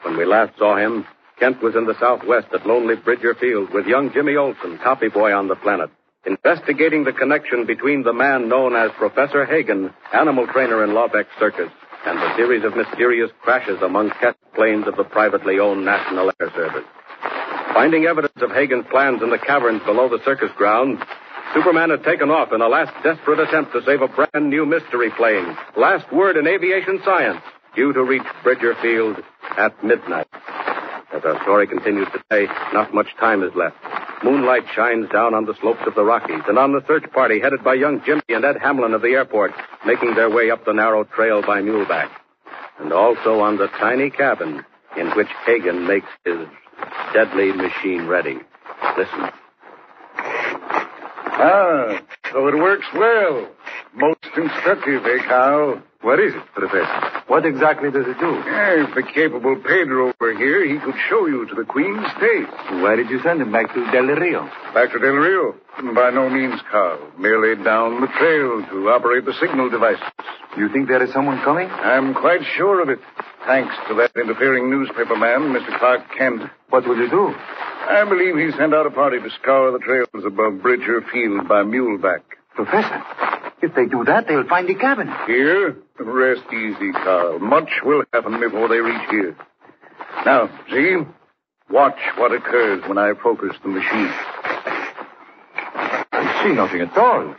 Speaker 5: When we last saw him, Kent was in the southwest at lonely Bridger Field with young Jimmy Olsen, copy boy on the planet, investigating the connection between the man known as Professor Hagen, animal trainer in Lawbeck Circus, and the series of mysterious crashes among test planes of the privately owned National Air Service. Finding evidence of Hagen's plans in the caverns below the circus grounds, Superman had taken off in a last desperate attempt to save a brand new mystery plane, last word in aviation science, due to reach Bridger Field at midnight. As our story continues today, not much time is left. Moonlight shines down on the slopes of the Rockies and on the search party headed by young Jimmy and Ed Hamlin of the airport, making their way up the narrow trail by Muleback. And also on the tiny cabin in which Hagen makes his deadly machine ready. Listen.
Speaker 16: Ah, so it works well. Most instructive, eh, Carl? What is it, Professor? What exactly does it do? if the capable Pedro were here, he could show you to the Queen's States. Why did you send him back to Del Rio? Back to Del Rio? Hmm, By no means, Carl. Merely down the trail to operate the signal devices. You think there is someone coming? I'm quite sure of it. Thanks to that interfering newspaper man, Mr. Clark Kent. What will you do? I believe he sent out a party to scour the trails above Bridger Field by Muleback. Professor, if they do that, they'll find the cabin. Here? Rest easy, Carl. Much will happen before they reach here. Now, see? Watch what occurs when I focus the machine. I see nothing at all.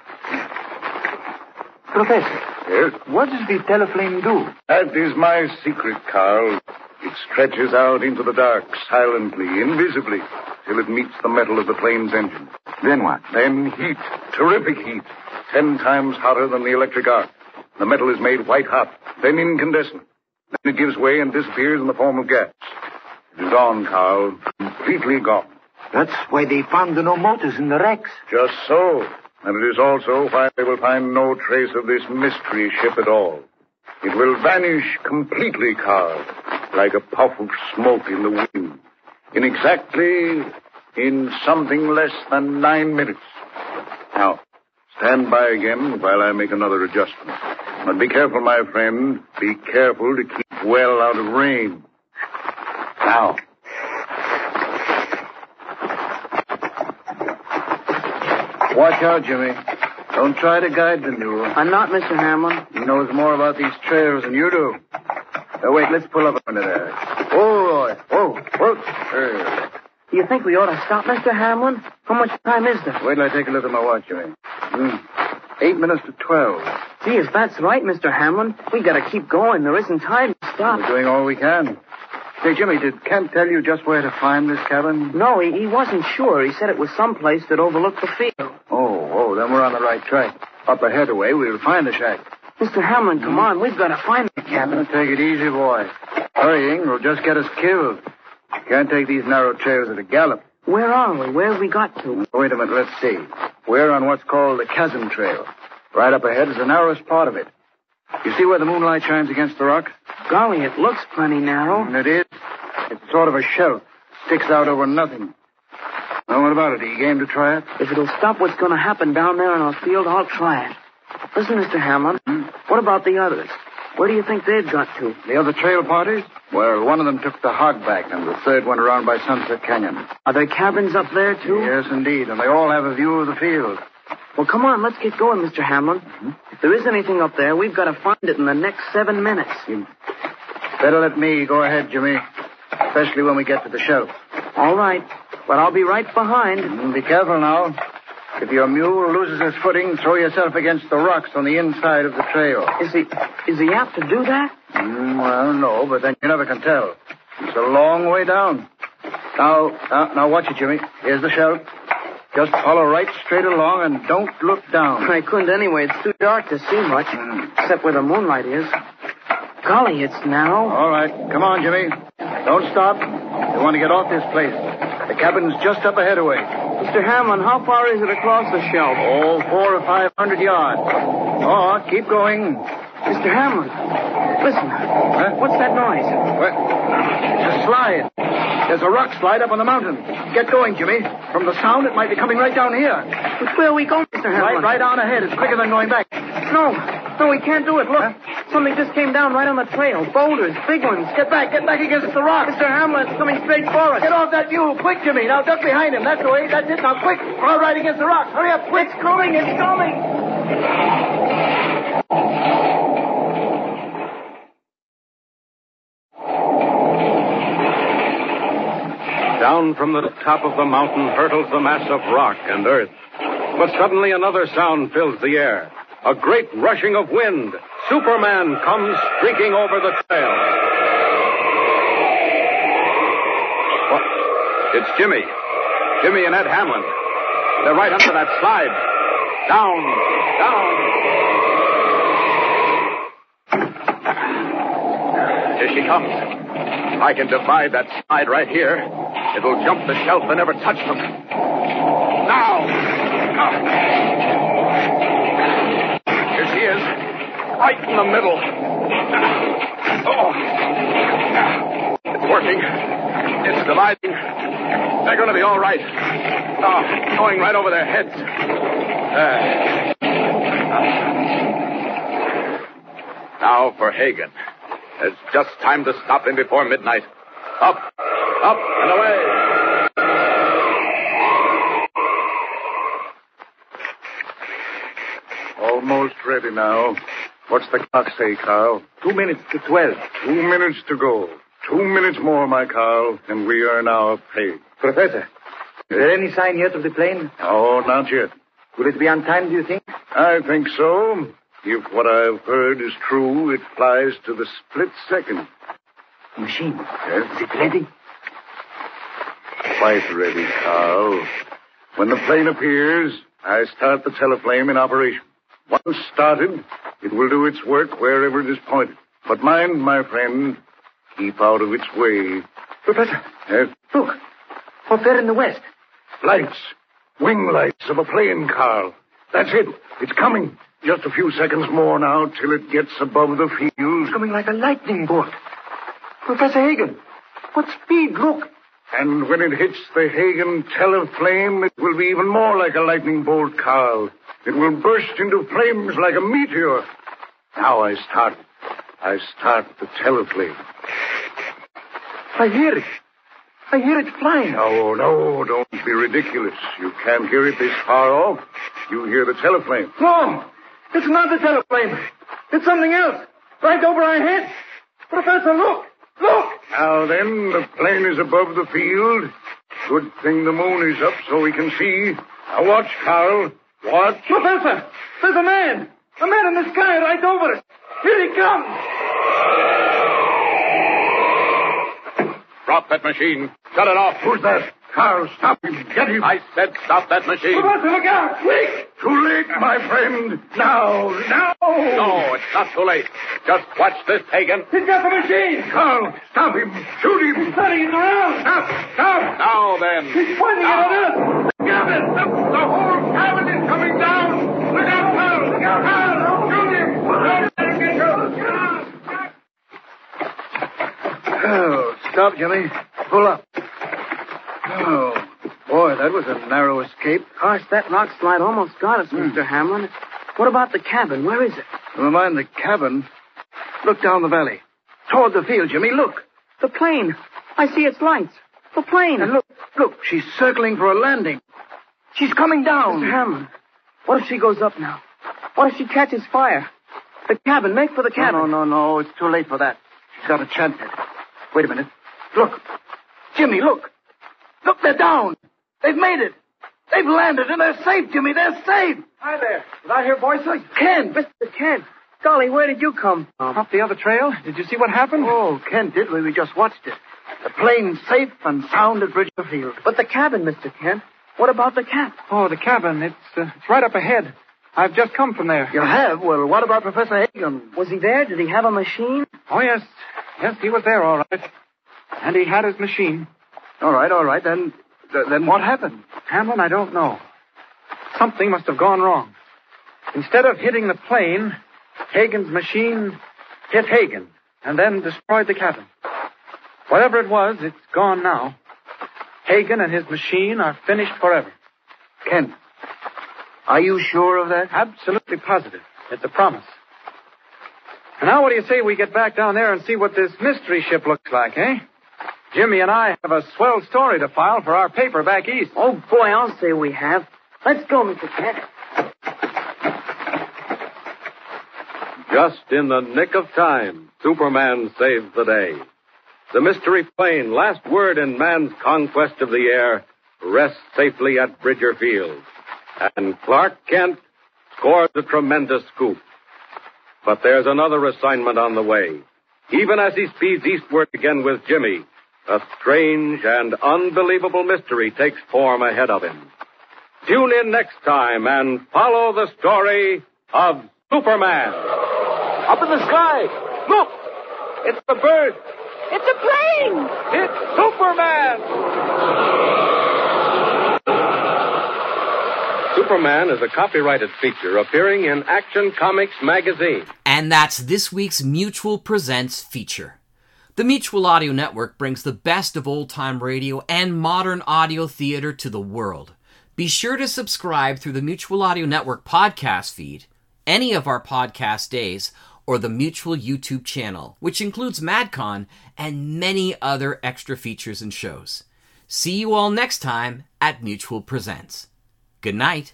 Speaker 16: Professor. Yes? What does the teleflame do? That is my secret, Carl. It stretches out into the dark, silently, invisibly, till it meets the metal of the plane's engine. Then what? Then heat. Terrific heat. Ten times hotter than the electric arc. The metal is made white hot, then incandescent. Then it gives way and disappears in the form of gas. It is gone, Carl. Completely gone. That's why they found no motors in the wrecks. Just so. And it is also why they will find no trace of this mystery ship at all. It will vanish completely, Carl, like a puff of smoke in the wind. In exactly, in something less than nine minutes. Now, stand by again while I make another adjustment. But be careful, my friend. Be careful to keep well out of range. Now.
Speaker 8: Watch out, Jimmy. Don't try to guide the mule. I'm not, Mr. Hamlin. He knows more about these trails than you do. Uh, wait, let's pull up a minute there. Oh, oh, whoa.
Speaker 6: Do you think we ought to stop, Mr. Hamlin? How much time is there?
Speaker 8: Wait till I take a look at my watch, Jimmy. Hmm. Eight minutes to twelve.
Speaker 6: Gee, if that's right, Mr. Hamlin, we gotta keep going. There isn't time to
Speaker 8: We're
Speaker 6: stop.
Speaker 8: doing all we can. Say, Jimmy, did Kent tell you just where to find this cabin?
Speaker 6: No, he, he wasn't sure. He said it was someplace that overlooked the field.
Speaker 8: Oh, oh, then we're on the right track. Up ahead away, we'll find the shack. Hmm?
Speaker 6: Mr. Hamlin, come on. We've gotta find the cabin.
Speaker 8: Take it easy, boy. Hurrying will just get us killed. Can't take these narrow trails at a gallop.
Speaker 6: Where are we? Where have we got to?
Speaker 8: Wait a minute, let's see. We're on what's called the chasm trail. Right up ahead is the narrowest part of it. You see where the moonlight shines against the rock?
Speaker 6: Golly, it looks plenty narrow.
Speaker 8: And it is. It's sort of a shelf. Sticks out over nothing. Now, what about it? Are you game to try it?
Speaker 6: If it'll stop what's gonna happen down there in our field, I'll try it. Listen, Mr. Hamlin,
Speaker 8: Hmm.
Speaker 6: what about the others? Where do you think they've got to?
Speaker 8: The other trail parties? Well, one of them took the hogback, and the third went around by Sunset Canyon.
Speaker 6: Are there cabins up there, too?
Speaker 8: Yes, indeed, and they all have a view of the field. Mm-hmm.
Speaker 6: Well, come on, let's get going, Mr. Hamlin. If there is anything up there, we've got to find it in the next seven minutes.
Speaker 8: Hmm. Better let me go ahead, Jimmy. Especially when we get to the shelf.
Speaker 6: All right, but I'll be right behind.
Speaker 8: Hmm, Be careful now. If your mule loses his footing, throw yourself against the rocks on the inside of the trail.
Speaker 6: Is he is he apt to do that?
Speaker 8: Mm, well, no, but then you never can tell. It's a long way down. Now, now, now watch it, Jimmy. Here's the shelf. Just follow right straight along and don't look down. Hmm.
Speaker 6: I couldn't anyway. It's too dark to see much, except where the moonlight is. Golly, it's narrow.
Speaker 8: All right. Come on, Jimmy. Don't stop. The I want to get off this place. The cabin's just up ahead of way. Mr. Hamlin, how far is it across the shelf? Oh, four or five hundred yards. Oh, keep going. Mr. Hamlin, listen. What's that noise? What? It's a slide. There's a rock slide up on the mountain. Get going, Jimmy. From the sound, it might be coming right down here. Which way are we going, Mr.
Speaker 10: Hamlin?
Speaker 8: Right, right on ahead. It's quicker than going back.
Speaker 10: No, no, we can't do it. Look, something just came down right on the trail. Boulders, big ones. Get back, get back against the rock. Mr. Hamlin, it's coming straight for us. Get off that mule, quick, Jimmy. Now duck behind him. That's the way. That's it. Now quick, crawl right against the rock. Hurry up, quick. It's coming, it's coming.
Speaker 5: Down from the top of the mountain hurtles the mass of rock and earth. But suddenly another sound fills the air. A great rushing of wind. Superman comes streaking over the trail. What? It's Jimmy. Jimmy and Ed Hamlin. They're right under that slide. Down, down.
Speaker 11: Here she comes. I can divide that slide right here. It'll jump the shelf and never touch them. Now! Here she is. Right in the middle. Oh! It's working. It's dividing. They're going to be all right. Oh, going right over their heads. There. Uh. Now for Hagen. It's just time to stop him before midnight. Up, up, and away.
Speaker 16: Almost ready now. What's the clock say, Carl? Two minutes to twelve. Two minutes to go. Two minutes more, my Carl, and we earn our pay.
Speaker 8: Professor, is there any sign yet of the plane?
Speaker 16: Oh, not yet.
Speaker 8: Will it be on time, do you think?
Speaker 16: I think so. If what I've heard is true, it flies to the split second.
Speaker 8: Machine.
Speaker 16: Yes?
Speaker 8: Is it ready?
Speaker 16: Quite ready, Carl. When the plane appears, I start the teleflame in operation. Once started, it will do its work wherever it is pointed. But mind, my friend, keep out of its way.
Speaker 8: Professor,
Speaker 16: Yes?
Speaker 8: look. Up there in the west.
Speaker 16: Lights. Wing lights of a plane, Carl. That's it. It's coming. Just a few seconds more now till it gets above the fields.
Speaker 8: Coming like a lightning bolt. Professor Hagen, what speed? Look.
Speaker 16: And when it hits the Hagen teleflame, it will be even more like a lightning bolt, Carl. It will burst into flames like a meteor. Now I start. I start the teleflame.
Speaker 8: I hear it. I hear it flying.
Speaker 16: No, no, don't be ridiculous. You can't hear it this far off. You hear the teleflame.
Speaker 8: No, it's not the teleplane. It's something else. Right over our heads. Professor, look. Look.
Speaker 16: Now then, the plane is above the field. Good thing the moon is up so we can see. Now watch, Carl. Watch.
Speaker 8: Professor, there's a man. A man in the sky right over us. Here he comes.
Speaker 11: Drop that machine. Shut it off. Who's that? Carl, stop him. Get him. I said stop that machine.
Speaker 8: look out. Quick.
Speaker 16: Too late, my friend. Now, now.
Speaker 11: No, it's not too late. Just watch this, Hagen.
Speaker 8: He's got the machine.
Speaker 16: Carl, stop him. Shoot him. He's
Speaker 8: turning it around.
Speaker 16: Stop, stop.
Speaker 11: Now then.
Speaker 8: He's pointing it at us.
Speaker 11: Look out,
Speaker 8: The, the whole cabin is coming down. Look out, Carl. Look out, Carl. Shoot him. Don't let him get Oh, stop, Jimmy. Pull up. Oh, boy, that was a narrow escape.
Speaker 6: Gosh, that rock slide almost got us,
Speaker 8: Hmm.
Speaker 6: Mr. Hamlin. What about the cabin? Where is it?
Speaker 8: Never mind the cabin. Look down the valley. Toward the field, Jimmy. Look.
Speaker 6: The plane. I see its lights. The plane.
Speaker 8: And look, look. She's circling for a landing. She's coming down.
Speaker 6: Mr. Hamlin, what if she goes up now? What if she catches fire? The cabin. Make for the cabin.
Speaker 8: No, no, no, no. It's too late for that. She's got a chance at it. Wait a minute. Look. Jimmy, look. Look, they're down. They've made it. They've landed and they're safe, Jimmy. They're safe.
Speaker 10: Hi there. Did I hear voices?
Speaker 8: Ken,
Speaker 6: Mr. Kent. Golly, where did you come from?
Speaker 9: Up the other trail? Did you see what happened?
Speaker 8: Oh, Ken, did we? We just watched it. The plane safe and sound at Bridger Field.
Speaker 6: But the cabin, Mr. Kent. What about the cap?
Speaker 9: Oh, the cabin. It's, uh, it's right up ahead. I've just come from there.
Speaker 8: You have? Well, what about Professor Hagen?
Speaker 6: Was he there? Did he have a machine?
Speaker 9: Oh, yes. Yes, he was there, all right. And he had his machine.
Speaker 23: All right, all right. Then, th- then what happened?
Speaker 9: Hamlin, I don't know. Something must have gone wrong. Instead of hitting the plane, Hagen's machine hit Hagen and then destroyed the cabin. Whatever it was, it's gone now. Hagen and his machine are finished forever. Ken, are you sure of that? Absolutely positive. It's a promise. And now, what do you say we get back down there and see what this mystery ship looks like, eh? Jimmy and I have a swell story to file for our paper back east.
Speaker 6: Oh, boy, I'll say we have. Let's go, Mr. Kent.
Speaker 5: Just in the nick of time, Superman saved the day. The mystery plane, last word in man's conquest of the air, rests safely at Bridger Field. And Clark Kent scores a tremendous scoop. But there's another assignment on the way. Even as he speeds eastward again with Jimmy, a strange and unbelievable mystery takes form ahead of him. Tune in next time and follow the story of Superman.
Speaker 10: Up in the sky! Look! It's the bird! It's a plane! It's Superman!
Speaker 5: Superman is a copyrighted feature appearing in Action Comics magazine.
Speaker 4: And that's this week's Mutual Presents feature. The Mutual Audio Network brings the best of old time radio and modern audio theater to the world. Be sure to subscribe through the Mutual Audio Network podcast feed, any of our podcast days, or the Mutual YouTube channel, which includes MadCon and many other extra features and shows. See you all next time at Mutual Presents. Good night.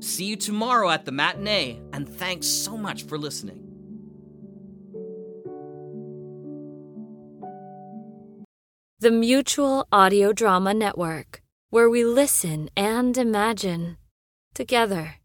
Speaker 4: See you tomorrow at the matinee, and thanks so much for listening.
Speaker 24: The Mutual Audio Drama Network, where we listen and imagine together.